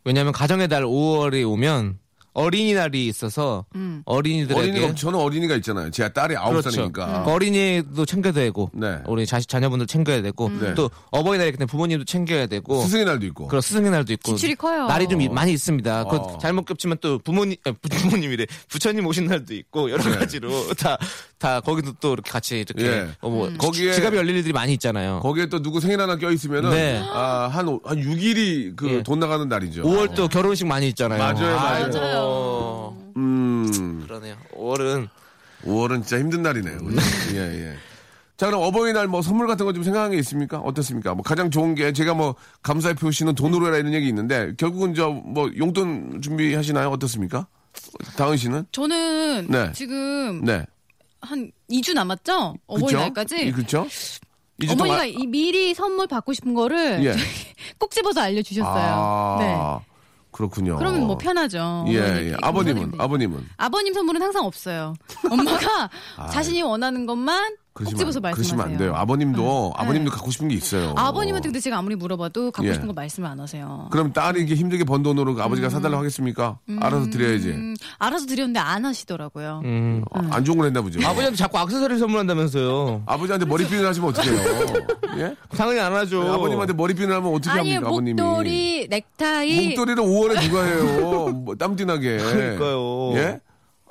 Speaker 5: 왜냐하면 가정의 달 5월이 오면 어린이날이 있어서 어린이들에게
Speaker 2: 어린이가 저는 어린이가 있잖아요. 제 딸이 9살이니까.
Speaker 5: 그 어린이도 챙겨야 되고
Speaker 2: 네.
Speaker 5: 우리 자식 자녀분들 챙겨야 되고
Speaker 2: 네.
Speaker 5: 또 어버이날이기 때문에 부모님도 챙겨야 되고
Speaker 2: 스승의 날도 있고.
Speaker 5: 어. 그런 스승의 날도 있고
Speaker 6: 지출이 커요.
Speaker 5: 날이 좀 이- 많이 있습니다. 그거
Speaker 2: 어.
Speaker 5: 잘못 겹치면 또 부모님 아, 부- 부모님이래 부처님 오신 날도 있고 여러 가지로 다 다 거기도 또 이렇게 같이 이렇게
Speaker 2: 네. 예.
Speaker 5: 어,
Speaker 6: 음.
Speaker 5: 뭐
Speaker 2: 거기에-
Speaker 5: 지갑이 열릴 일들이 많이 있잖아요.
Speaker 2: 거기에 또 누구 생일 하나 껴있으면은,
Speaker 5: 네.
Speaker 2: 아, 한, 오- 한 6일이 그
Speaker 5: 예.
Speaker 2: 돈 나가는 날이죠.
Speaker 5: 5월 또 결혼식 많이 있잖아요.
Speaker 2: 맞아요, 맞아요.
Speaker 5: 아이고.
Speaker 2: 음,
Speaker 5: 그러네요. 5월은
Speaker 2: 5월은 진짜 힘든 날이네요. 그죠? 예, 예. 자, 그럼 어버이날 뭐 선물 같은 거 좀 생각한 게 있습니까? 어떻습니까? 뭐 가장 좋은 게 제가 뭐 감사의 표시는 돈으로 해라 이런 얘기 있는데 결국은 저 뭐 용돈 준비하시나요? 어떻습니까? 다은 씨는?
Speaker 6: 저는
Speaker 2: 네.
Speaker 6: 지금
Speaker 2: 네.
Speaker 6: 한 2주 남았죠? 어버이날까지.
Speaker 2: 그렇죠? 이주 동안-
Speaker 6: 어머니가 이 미리 선물 받고 싶은 거를
Speaker 2: 아- 예.
Speaker 6: 꼭 집어서 알려주셨어요. 네.
Speaker 2: 아, 그렇군요.
Speaker 6: 그러면 뭐 편하죠.
Speaker 2: 예,
Speaker 6: 어머니께.
Speaker 2: 예. 아버님은,
Speaker 6: 어머니께.
Speaker 2: 아버님은.
Speaker 6: 아버님 선물은 항상 없어요. 엄마가 자신이 원하는 것만 꼭
Speaker 2: 아. 그러시면,
Speaker 6: 집어서
Speaker 2: 안-
Speaker 6: 말씀하세요. 네.
Speaker 2: 그러시면 안 돼요. 아버님도, 아버님도 갖고 싶은 게 있어요.
Speaker 6: 아버님한테 근데 제가 아무리 물어봐도 갖고
Speaker 2: 예.
Speaker 6: 싶은 거 말씀을 안 하세요.
Speaker 2: 그럼 딸이 이게 힘들게 번 돈으로 아버지가 사달라고 하겠습니까? 알아서 드려야지.
Speaker 6: 음, 알아서 드렸는데 안 하시더라고요.
Speaker 5: 음.
Speaker 2: 어,
Speaker 6: 음.
Speaker 2: 안 좋은 걸 했나 보죠.
Speaker 5: 아버지한테 자꾸 악세사리 선물한다면서요.
Speaker 2: 아버지한테 머리핀을 하시면 어떡해요? 예?
Speaker 5: 당연히 안 하죠.
Speaker 2: 아버님한테 머리핀을 하면 어떻게
Speaker 6: 아니요,
Speaker 2: 합니까, 아버님이?
Speaker 6: 목도리, 넥타이.
Speaker 2: 목도리를 5월에 누가 해요? 뭐, 땀띠나게.
Speaker 5: 그러니까요.
Speaker 2: 예?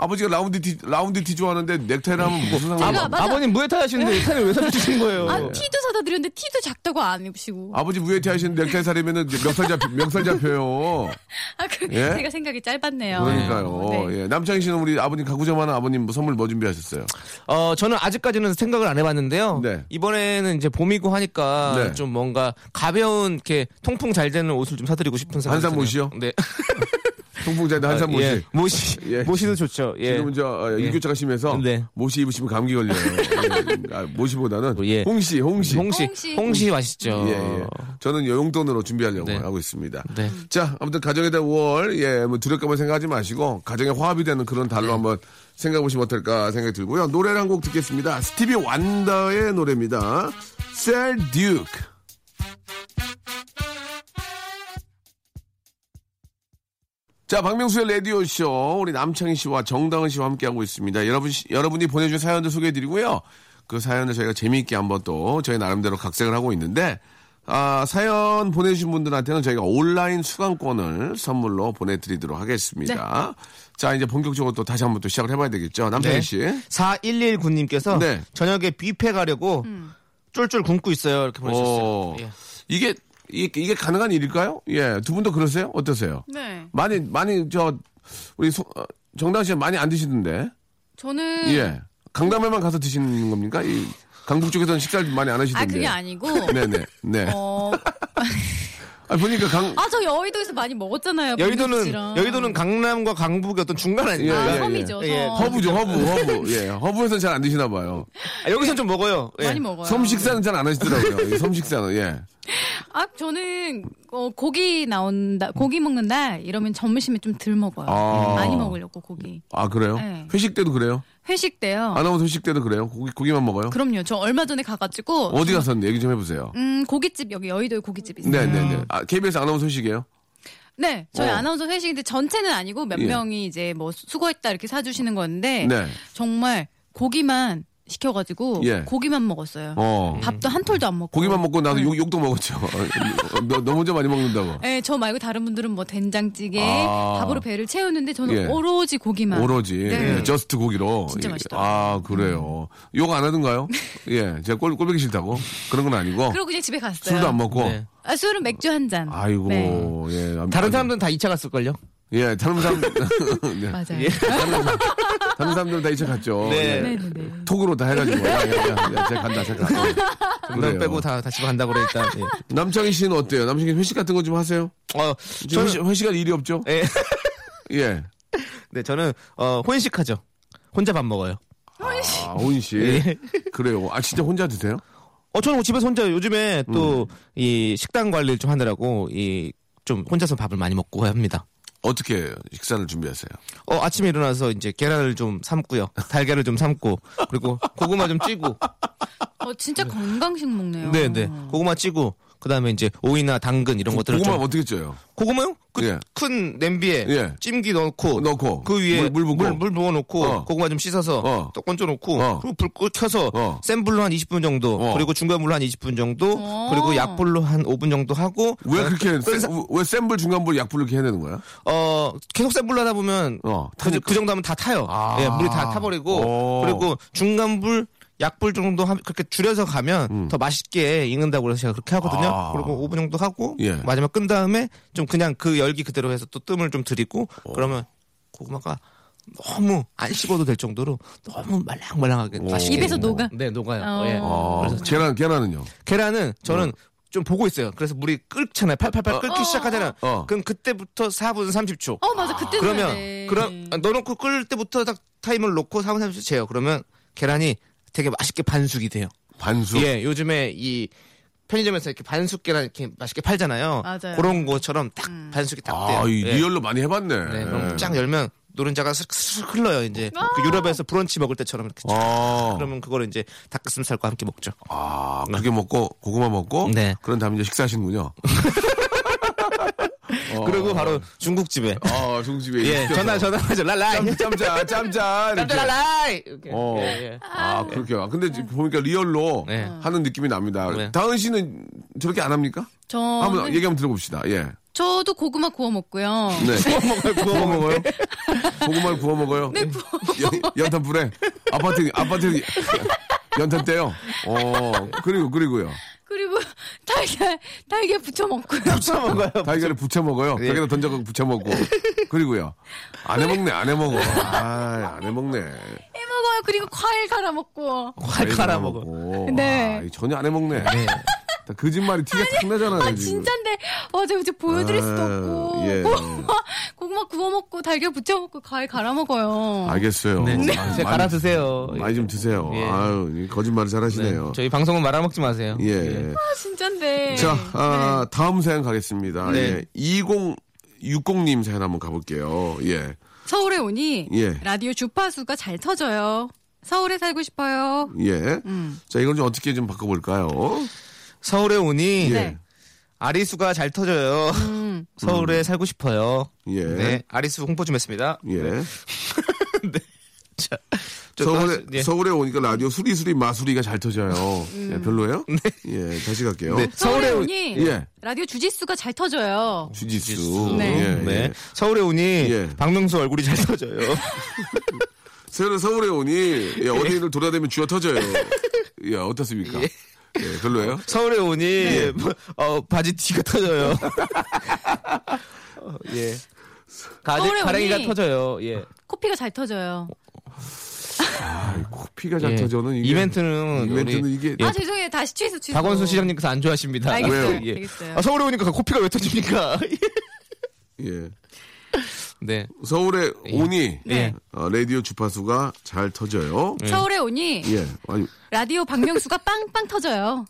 Speaker 2: 아버지가 라운드 티, 라운드 티 좋아하는데 넥타이를 하면 무슨 상관이
Speaker 6: 제가
Speaker 2: 요
Speaker 6: 맞아.
Speaker 5: 아버님 무에타이 하시는데 넥타이 왜 사주신 거예요?
Speaker 6: 아, 티도 사다 드렸는데 티도 작다고 안 입으시고.
Speaker 2: 뭐. 아버지 무예티 하시는데 넥타이 사려면은 명살 잡혀, 명살 잡혀요.
Speaker 6: 아, 그,
Speaker 2: 예?
Speaker 6: 제가 생각이 짧았네요.
Speaker 2: 그러니까요.
Speaker 6: 네.
Speaker 2: 예. 남창희 씨는 우리 아버님 가구점 하는 아버님 뭐 선물 뭐 준비하셨어요?
Speaker 5: 어, 저는 아직까지는 생각을 안 해봤는데요.
Speaker 2: 네.
Speaker 5: 이번에는 이제 봄이고 하니까
Speaker 2: 네.
Speaker 5: 좀 뭔가 가벼운 이렇게 통풍 잘 되는 옷을 좀 사드리고 싶은 생각이
Speaker 2: 한산
Speaker 5: 드네요.
Speaker 2: 모시요?
Speaker 5: 네.
Speaker 2: 통풍자인데 한산 모시.
Speaker 5: 예. 모시.
Speaker 2: 예.
Speaker 5: 모시도 좋죠. 예.
Speaker 2: 지금 저 어,
Speaker 5: 예.
Speaker 2: 일교차가 심해서
Speaker 5: 네.
Speaker 2: 모시 입으시면 감기 걸려요. 예. 아, 모시보다는
Speaker 5: 예.
Speaker 2: 홍시, 홍시.
Speaker 5: 홍시.
Speaker 6: 홍시.
Speaker 5: 홍시 맛있죠.
Speaker 2: 예, 예. 저는 용돈으로 준비하려고
Speaker 5: 그렇죠. 네.
Speaker 2: 하고 있습니다.
Speaker 5: 네.
Speaker 2: 자, 아무튼 가정에 대한 5월, 예, 뭐 두렵감을 생각하지 마시고, 가정의 화합이 되는 그런
Speaker 5: 네.
Speaker 2: 달로 한번 생각해 보시면 어떨까 생각이 들고요. 노래를 한 곡 듣겠습니다. 스티비 완더의 노래입니다. Sir Duke. 자, 박명수의 라디오쇼, 우리 남창희 씨와 정다은 씨와 함께하고 있습니다. 여러분, 시- 여러분이 보내준 사연들 소개해드리고요. 그 사연을 저희가 재미있게 한번 또 저희 나름대로 각색을 하고 있는데, 아, 사연 보내주신 분들한테는 저희가 온라인 수강권을 선물로 보내드리도록 하겠습니다. 자, 이제 본격적으로 또 다시 한번 또 시작을 해봐야 되겠죠. 남창희
Speaker 5: 네.
Speaker 2: 씨.
Speaker 5: 4119님께서
Speaker 2: 네.
Speaker 5: 저녁에 뷔페 가려고
Speaker 6: 음.
Speaker 5: 쫄쫄 굶고 있어요. 이렇게 보내주셨어요.
Speaker 2: 어,
Speaker 5: 예.
Speaker 2: 이게, 이게, 이게 가능한 일일까요? 예, 두 분도 그러세요? 어떠세요?
Speaker 6: 네.
Speaker 2: 많이, 많이, 저, 우리 소- 어, 정다은 씨는 많이 안 드시던데.
Speaker 6: 저는.
Speaker 2: 예. 강남에만 가서 드시는 겁니까? 이 강북 쪽에서는 식사를 많이 안 하시던데.
Speaker 6: 아, 그게 아니고.
Speaker 2: 네네. 네.
Speaker 6: 어,
Speaker 2: 아, 보니까 강.
Speaker 6: 아, 저 여의도에서 많이 먹었잖아요.
Speaker 5: 여의도는,
Speaker 6: 분식집이랑.
Speaker 5: 여의도는 강남과 강북의 어떤 중간
Speaker 2: 예,
Speaker 5: 아닙니까?
Speaker 6: 아,
Speaker 2: 예,
Speaker 6: 섬이죠. 네.
Speaker 5: 예.
Speaker 6: 섬.
Speaker 2: 허브죠, 허브, 허브. 예. 허브에서는 잘 안 드시나 봐요.
Speaker 5: 아, 여기선 좀 먹어요. 예.
Speaker 6: 많이 먹어요.
Speaker 2: 섬식사는 잘 안 하시더라고요. 이 섬식사는, 예.
Speaker 6: 아, 저는 어, 고기 나온다, 고기 먹는 날 이러면 점심에 좀 덜 먹어요.
Speaker 2: 아.
Speaker 6: 많이 먹으려고 고기.
Speaker 2: 아, 그래요?
Speaker 6: 네.
Speaker 2: 회식 때도 그래요?
Speaker 6: 회식 때요.
Speaker 2: 아나운서 회식 때도 그래요? 고기, 고기만 먹어요?
Speaker 6: 그럼요. 저 얼마 전에 가가지고
Speaker 2: 어디 가서 얘기 좀 해보세요.
Speaker 6: 음 고깃집 여기 여의도에 고깃집 있어요.
Speaker 2: 네네네. 아, KBS 아나운서 회식이에요?
Speaker 6: 네, 저희
Speaker 2: 어.
Speaker 6: 아나운서 회식인데 전체는 아니고 몇
Speaker 2: 예.
Speaker 6: 명이 이제 뭐 수고했다 이렇게 사주시는 건데
Speaker 2: 네.
Speaker 6: 정말 고기만 시켜가지고
Speaker 2: 예.
Speaker 6: 고기만 먹었어요.
Speaker 2: 어.
Speaker 6: 밥도 한 톨도 안 먹고.
Speaker 2: 고기만 먹고
Speaker 6: 음.
Speaker 2: 나도 욕, 욕도 먹었죠. 너, 너 혼자 많이 먹는다고.
Speaker 6: 네, 저 말고 다른 분들은 뭐 된장찌개
Speaker 2: 아.
Speaker 6: 밥으로 배를 채우는데 저는
Speaker 2: 예.
Speaker 6: 오로지 고기만.
Speaker 2: 오로지
Speaker 6: 네.
Speaker 2: 예, 저스트 고기로
Speaker 6: 진짜
Speaker 2: 예,
Speaker 6: 맛있더라고요. 음.
Speaker 2: 아 그래요 욕 안 하던가요? 예 제가 꼴, 꼴보기 싫다고 그런 건 아니고
Speaker 6: 그리고 그냥 집에 갔어요.
Speaker 2: 술도 안 먹고
Speaker 5: 네.
Speaker 6: 아, 술은 맥주 한 잔.
Speaker 2: 아이고
Speaker 6: 네.
Speaker 2: 예 아무-
Speaker 5: 다른
Speaker 2: 아무-
Speaker 5: 사람들은 다 2차 갔을걸요?
Speaker 2: 예 다른 사람 예,
Speaker 6: 맞아요.
Speaker 2: 다른 사람들은 다 이차 갔죠
Speaker 5: 네.
Speaker 2: 예,
Speaker 6: 네, 네, 네.
Speaker 2: 톡으로 다 해가지고 야, 야, 야, 야, 제가 간다 제가 간다
Speaker 5: 그 빼고 다, 다 집에 간다고 그래, 일단. 예.
Speaker 2: 남창희 씨는 어때요? 남창희 씨 회식 같은 거 좀 하세요?
Speaker 5: 어,
Speaker 2: 지금
Speaker 5: 저는,
Speaker 2: 회식, 회식할 일이 없죠?
Speaker 5: 예.
Speaker 2: 예.
Speaker 5: 네, 저는, 어, 혼식하죠. 혼자 밥 먹어요.
Speaker 2: 아, 오인 씨.
Speaker 5: 예.
Speaker 2: 그래요. 아, 진짜 혼자 드세요?
Speaker 5: 어, 저는 집에서 혼자 요즘에 또 이 식단 관리를 좀 하느라고 이 좀 혼자서 밥을 많이 먹고 합니다.
Speaker 2: 어떻게 식사를 준비하세요?
Speaker 5: 어, 아침에 일어나서 이제 계란을 좀 삶고요. 달걀을 좀 삶고 그리고 고구마 좀 찌고.
Speaker 6: 어, 진짜 건강식 먹네요. 어,
Speaker 5: 네, 네. 고구마 찌고 그다음에 이제 오이나 당근 이런 것들을
Speaker 2: 고구마
Speaker 5: 좀
Speaker 2: 어떻게 쪄요?
Speaker 5: 고구마요? 그
Speaker 2: 예.
Speaker 5: 큰 냄비에
Speaker 2: 예.
Speaker 5: 찜기 넣고
Speaker 2: 넣고,
Speaker 5: 그 위에
Speaker 2: 물- 물 붓고.
Speaker 5: 물, 물 부어놓고
Speaker 2: 어.
Speaker 5: 고구마 좀 씻어서
Speaker 2: 어.
Speaker 5: 또 건져 놓고
Speaker 2: 어.
Speaker 5: 그리고 불 끄- 켜서
Speaker 2: 어.
Speaker 5: 센 불로 한 20분 정도
Speaker 2: 어.
Speaker 5: 그리고 중간 불로 한 20분 정도
Speaker 6: 어.
Speaker 5: 그리고 약불로 한 5분 정도 하고
Speaker 2: 왜 그렇게
Speaker 5: 끈-
Speaker 2: 센- 왜 센불 중간불 약불을 이렇게 해야 되는 거야?
Speaker 5: 어 계속 센 불로 하다 보면
Speaker 2: 어,
Speaker 5: 그, 그 정도 하면 다 타요.
Speaker 2: 아.
Speaker 5: 예, 물이 다 타버리고
Speaker 2: 오.
Speaker 5: 그리고 중간 불 약불 정도 함- 그렇게 줄여서 가면 더 맛있게 익는다고 그래서 제가 그렇게 하거든요.
Speaker 2: 음. 아.
Speaker 5: 그리고 5분 정도 하고
Speaker 2: 예.
Speaker 5: 마지막 끈 다음에 좀 그냥 그 열기 그대로 해서 또 뜸을 좀 들이고 그러면 고구마가 너무 안 식어도 될 정도로 너무 말랑말랑하게 맛있게
Speaker 6: 입에서 녹아?
Speaker 5: 네 녹아요.
Speaker 6: 어.
Speaker 5: 예.
Speaker 2: 아, 계란, 계란은요?
Speaker 5: 계란은 저는 좀 보고 있어요. 그래서 물이 끓잖아요. 팔팔팔 끓기 시작하잖아요.
Speaker 2: 어.
Speaker 5: 그럼 그때부터 4분 30초.
Speaker 6: 어 맞아 네. 그때
Speaker 5: 그러면
Speaker 6: 넣어야 돼.
Speaker 5: 그럼 넣어놓고 끓을 때부터 딱 타이머를 놓고 4분 30초 재요. 그러면 계란이 되게 맛있게 반숙이 돼요.
Speaker 2: 반숙.
Speaker 5: 예, 요즘에 이 편의점에서 이렇게 반숙 계란 이렇게 맛있게 팔잖아요.
Speaker 6: 맞아요. 음.
Speaker 5: 그런 것처럼 딱 반숙이 딱 돼요.
Speaker 2: 아, 이
Speaker 5: 예.
Speaker 2: 리얼로 많이 해봤네.
Speaker 5: 네, 그럼 쫙 열면 노른자가 슥슥 흘러요. 이제
Speaker 6: 아.
Speaker 5: 그 유럽에서 브런치 먹을 때처럼 이렇게 쫙.
Speaker 2: 아,
Speaker 5: 그러면 그걸 이제 닭가슴살과 함께 먹죠.
Speaker 2: 아, 그렇게 먹고 고구마 먹고
Speaker 5: 네.
Speaker 2: 그런 다음에 이제 식사하시는군요. 어.
Speaker 5: 그리고 바로 중국집에
Speaker 2: 아, 중집에
Speaker 5: 예 전화 전화하죠. 라라이.
Speaker 2: 짬짜 짬짜 이렇게.
Speaker 5: 라라이. 이렇게.
Speaker 2: 어.
Speaker 5: 예, 예.
Speaker 2: 아, 그렇게요. 근데 지금 보니까 리얼로
Speaker 5: 네.
Speaker 2: 하는 느낌이 납니다.
Speaker 5: 네.
Speaker 2: 다은 씨는 저렇게 안 합니까? 한번 네.
Speaker 6: 저는
Speaker 2: 얘기 한번 들어봅시다. 예.
Speaker 6: 저도 고구마 구워 먹고요.
Speaker 5: 뭐
Speaker 2: 구워 뭐 먹어요. 구워 먹어요. 고구마를 구워 먹어요. 네, 구워 연탄 불에 아파트 아파트 연탄 때요. 어 그리고 그리고요.
Speaker 6: 그리고 달걀 달걀 부쳐 먹고요.
Speaker 2: 달걀을 부쳐 먹어요.
Speaker 5: 예.
Speaker 2: 달걀을 던져 갖고 부쳐 먹고. 그리고요. 안 해 먹네. 안 해 먹어. 아, 안 해 먹네.
Speaker 6: 해 먹어요. 그리고 과일 갈아 먹고.
Speaker 5: 활 갈아 먹어.
Speaker 6: 네.
Speaker 2: 네. 전혀 안 해 먹네. 거짓말이 티가 탁 나잖아요.
Speaker 6: 아
Speaker 2: 지금.
Speaker 6: 진짠데 어제 이제 보여드릴 수도
Speaker 2: 아유,
Speaker 6: 없고
Speaker 2: 예.
Speaker 6: 고구마, 고구마 구워 먹고 달걀 부쳐 먹고 과일 갈아 먹어요.
Speaker 2: 알겠어요.
Speaker 5: 네.
Speaker 2: 아,
Speaker 5: 제가 갈아 드세요.
Speaker 2: 많이 좀 드세요.
Speaker 5: 예.
Speaker 2: 아유, 거짓말을 잘 하시네요.
Speaker 5: 저희 방송은 말아먹지 마세요.
Speaker 2: 예.
Speaker 6: 아
Speaker 5: 예.
Speaker 6: 진짠데. 네.
Speaker 2: 자, 아, 다음 사연 가겠습니다.
Speaker 5: 네.
Speaker 2: 예. 2060님 사연 한번 가볼게요. 예.
Speaker 6: 서울에 오니
Speaker 2: 예.
Speaker 6: 라디오 주파수가 잘 터져요. 서울에 살고 싶어요.
Speaker 2: 예.
Speaker 5: 음.
Speaker 2: 자, 이걸 좀 어떻게 좀 바꿔볼까요?
Speaker 5: 서울에
Speaker 2: 예.
Speaker 5: 오니
Speaker 6: 네. 음.
Speaker 5: 아리수가 잘 터져요. 서울에 살고 싶어요.
Speaker 2: 음. 예.
Speaker 5: 네, 아리수 홍보 좀 했습니다.
Speaker 2: 예.
Speaker 5: 네. 자, 저
Speaker 2: 서울에,
Speaker 5: 또 하- 예. 음.
Speaker 2: 서울에 오니까 라디오 수리수리 마수리가 잘 터져요. 예, 별로예요? 예, 다시 갈게요.
Speaker 5: 네,
Speaker 6: 서울에
Speaker 5: 서울에 오-
Speaker 6: 오니
Speaker 2: 예.
Speaker 6: 라디오 주짓수가 잘 터져요.
Speaker 2: 주짓수.
Speaker 6: 네.
Speaker 2: 예,
Speaker 5: 네.
Speaker 2: 예.
Speaker 5: 서울에 오니
Speaker 2: 예.
Speaker 5: 박명수 얼굴이 잘 터져요.
Speaker 2: 세월에 서울에 오니 예, 어디를 돌아다니면 쥐어 터져요. 예, 어떻습니까? 예, 별로예요?
Speaker 5: 서울에 오니 어, 바지 티가 터져요. 어, 예. 가지,
Speaker 6: 서울에
Speaker 5: 가랭이가
Speaker 6: 오니
Speaker 5: 터져요.
Speaker 2: 아,
Speaker 5: 예.
Speaker 6: 코피가 잘 터져요.
Speaker 2: 코피가 잘
Speaker 5: 예.
Speaker 2: 터져는 이게
Speaker 5: 이벤트는
Speaker 2: 이벤트는
Speaker 5: 우리 예.
Speaker 2: 이게
Speaker 6: 아 죄송해요. 다시 취소 취소.
Speaker 5: 박원순 시장님께서 안 좋아하십니다.
Speaker 6: 알겠어요.
Speaker 2: 왜요?
Speaker 5: 예.
Speaker 6: 알겠어요.
Speaker 5: 아, 서울에 오니까 코피가 왜 터집니까?
Speaker 2: 예.
Speaker 5: 네.
Speaker 2: 서울에 오니
Speaker 5: 네.
Speaker 2: 어, 라디오 주파수가 잘 터져요.
Speaker 6: 서울에 오니
Speaker 2: 예. 아니
Speaker 6: 라디오 박명수가 빵빵 터져요.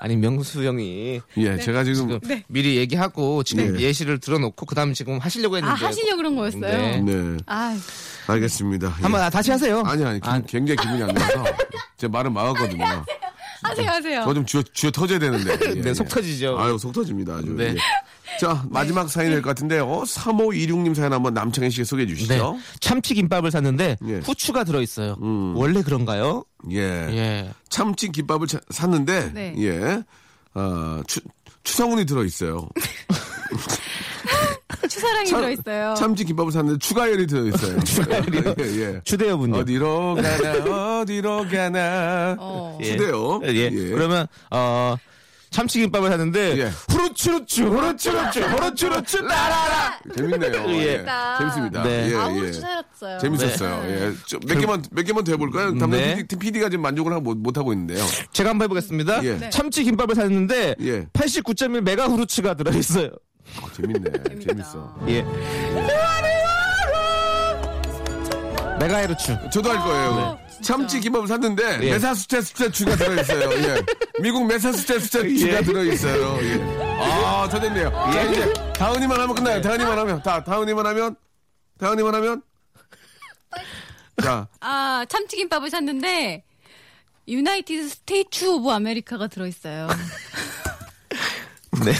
Speaker 5: 아니 명수 형이
Speaker 2: 예, 제가 지금
Speaker 5: 네. 지금 미리 얘기하고 지금
Speaker 2: 네.
Speaker 5: 예시를 들어놓고 그다음 지금 하시려고
Speaker 6: 아
Speaker 5: 했는데
Speaker 6: 하시려 그런 거였어요.
Speaker 5: 네.
Speaker 2: 네.
Speaker 6: 아
Speaker 2: 알겠습니다. 예.
Speaker 5: 한번 아, 다시 하세요.
Speaker 2: 아니 아니 기-
Speaker 5: 아,
Speaker 2: 굉장히 기분이 안 나서 제 말은 막았거든요.
Speaker 6: 하세요 하세요.
Speaker 2: 저 좀 쥐어, 쥐어 터져야 되는데. 예,
Speaker 5: 네,
Speaker 2: 예.
Speaker 5: 속 터지죠.
Speaker 2: 아유, 속 터집니다. 아주.
Speaker 5: 네.
Speaker 2: 예. 자, 마지막
Speaker 6: 네.
Speaker 2: 사연이 될 것 같은데요. 3526님 사연 한번 남창희 씨가 소개해
Speaker 5: 네.
Speaker 2: 주시죠.
Speaker 5: 참치 김밥을 샀는데
Speaker 2: 예. 음.
Speaker 5: 후추가 들어 있어요. 원래 그런가요?
Speaker 2: 예.
Speaker 5: 예.
Speaker 2: 참치 김밥을 차- 샀는데
Speaker 6: 네.
Speaker 2: 예. 아, 추, 추성훈이 들어 있어요.
Speaker 6: 추사랑이
Speaker 2: 참-
Speaker 6: 들어있어요.
Speaker 2: 참치 김밥을 샀는데 추가열이 들어 있어요. 예, 예.
Speaker 5: 추대여분요.
Speaker 2: 어디로 가나 어디로 가나
Speaker 6: 어.
Speaker 5: 예.
Speaker 2: 추대요.
Speaker 5: 예. 그러면 어 참치 김밥을 샀는데
Speaker 2: 예.
Speaker 5: 후루추루추 후루추루추 후루추루추 라라라.
Speaker 2: 재밌네요.
Speaker 5: 예.
Speaker 2: 예. 재밌습니다.
Speaker 5: 네.
Speaker 2: 예,
Speaker 6: 아우
Speaker 2: 예.
Speaker 6: 추사였어요.
Speaker 2: 재밌었어요. 예. 좀몇 개만 몇 개만 더 해볼까요?
Speaker 5: 네.
Speaker 2: 담당 PD, PD가 지금 만족을 하고 못 하고 있는데요.
Speaker 5: 제가 한번 해보겠습니다.
Speaker 2: 예. 네.
Speaker 5: 참치 김밥을 샀는데
Speaker 2: 예.
Speaker 5: 89.1 메가 후루츠가 들어 있어요.
Speaker 2: 아, 재밌네. 재밌어.
Speaker 5: 예. 메가 헤르츠.
Speaker 2: 저도 할 거예요. 참치 김밥을 샀는데
Speaker 5: 네. 예.
Speaker 2: 메사수체수체추가 들어있어요. 예. 미국 메사수체수체추가
Speaker 5: 예.
Speaker 2: 들어있어요. 예. 아, 터졌네요. 자, 이제 다은이만 하면
Speaker 5: 네.
Speaker 2: 끝나요. 다은이만 하면 다 다은이만 하면 다은이만 하면 자,
Speaker 6: 아 참치김밥을 샀는데 유나이티드 스테이츠 오브 아메리카가 들어있어요.
Speaker 5: 네.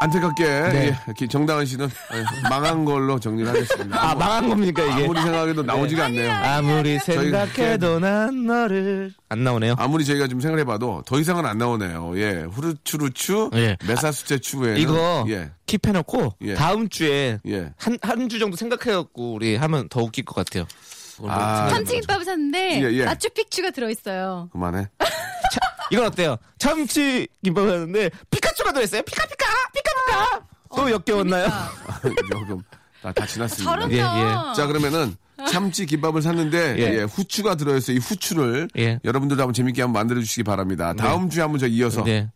Speaker 2: 안타깝게 예, 기- 정다은 씨는 예, 망한 걸로 정리를 하겠습니다.
Speaker 5: 아 망한 겁니까 이게?
Speaker 2: 아무리 생각해도 나오지가 않네요.
Speaker 5: 아무리
Speaker 2: 저희가
Speaker 5: 생각해도 난 너를 안 나오네요.
Speaker 2: 아무리 저희가 지금 생각을 해봐도 더 이상은 안 나오네요. 예, 후르추루추,
Speaker 5: 예.
Speaker 2: 메사수체추에
Speaker 5: 이거
Speaker 2: 예,
Speaker 5: 킵해놓고
Speaker 2: 예.
Speaker 5: 다음 주에
Speaker 2: 예.
Speaker 5: 한 한 주 정도 생각해갖고 우리 하면 더 웃길 것 같아요.
Speaker 2: 아,
Speaker 6: 참치김밥을 샀는데
Speaker 2: 예, 예.
Speaker 6: 마추픽추가 들어있어요.
Speaker 2: 그만해.
Speaker 5: 차- 이건 어때요? 참치 김밥을 하는데 피카츄가 들어있어요. 피카피카 피카피카. 또 역겨웠나요?
Speaker 2: 조금 다, 다 지났습니다.
Speaker 6: 잘한다.
Speaker 5: 예, 예.
Speaker 2: 자 그러면은 참치 김밥을 샀는데
Speaker 5: 예.
Speaker 2: 예, 후추가 들어있어요. 이 후추를
Speaker 5: 예.
Speaker 2: 여러분들도 한번 재밌게 한번 만들어 주시기 바랍니다. 다음 주에 한번 저 이어서
Speaker 5: 네.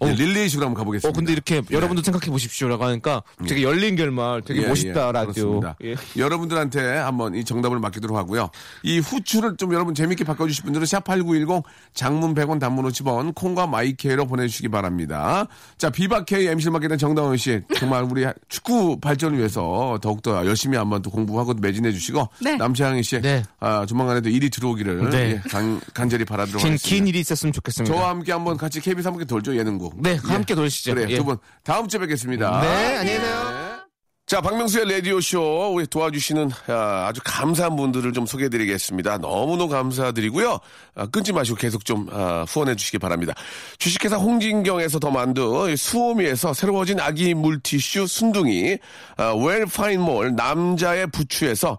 Speaker 5: 어.
Speaker 2: 예, 릴레이식으로 한번 가보겠습니다.
Speaker 5: 어 근데 이렇게 여러분도 생각해 보십시오라고 하니까 되게 열린 결말 되게
Speaker 2: 예,
Speaker 5: 멋있다
Speaker 2: 예,
Speaker 5: 라디오.
Speaker 2: 그렇습니다.
Speaker 5: 예.
Speaker 2: 여러분들한테 한번 이 정답을 맡기도록 하고요. 이 후추를 좀 여러분 재밌게 바꿔주실 분들은 샵8910 장문 100원 단문 50원 콩과 마이케이로 보내주시기 바랍니다. 자, 비바케이 MC를 맡게 된 정다원 씨. 정말 우리 축구 발전을 위해서 더욱더 열심히 한번 또 공부하고 매진해 주시고.
Speaker 6: 네.
Speaker 2: 남창희 씨.
Speaker 5: 네.
Speaker 2: 아, 조만간에도 일이 들어오기를
Speaker 5: 네.
Speaker 2: 예, 간, 간절히 바라도록
Speaker 5: 긴,
Speaker 2: 하겠습니다.
Speaker 5: 긴 일이 있었으면 좋겠습니다.
Speaker 2: 저와 함께 한번 같이 KBS 함께 돌죠, 예능구.
Speaker 5: 네, 함께 돌시죠.
Speaker 2: 그래요.
Speaker 5: 예.
Speaker 2: 두 분 다음 주에 뵙겠습니다.
Speaker 5: 네, 안녕히 계세요.
Speaker 2: 자, 박명수의 라디오쇼, 우리 도와주시는 아, 아주 감사한 분들을 좀 소개해드리겠습니다. 너무너무 감사드리고요. 아, 끊지 마시고 계속 좀 아, 후원해주시기 바랍니다. 주식회사 홍진경에서 더 만두, 이 수오미에서 새로워진 아기 물티슈 순둥이, 아, 웰파인몰 남자의 부추에서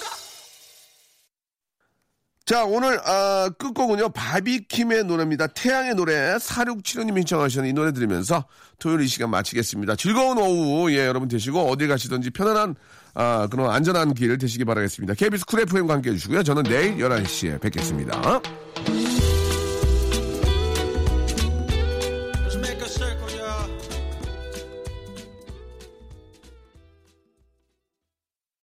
Speaker 2: 자, 오늘, 아, 끝곡은요, 바비킴의 노래입니다. 태양의 노래, 4675님 신청하신 이 노래 들으면서 토요일 이 시간 마치겠습니다. 즐거운 오후, 예, 여러분 되시고, 어딜 가시든지 편안한, 아, 그런 안전한 길 되시기 바라겠습니다. KBS 쿨 FM과 함께 해주시고요. 저는 내일 11시에 뵙겠습니다.
Speaker 7: 이별의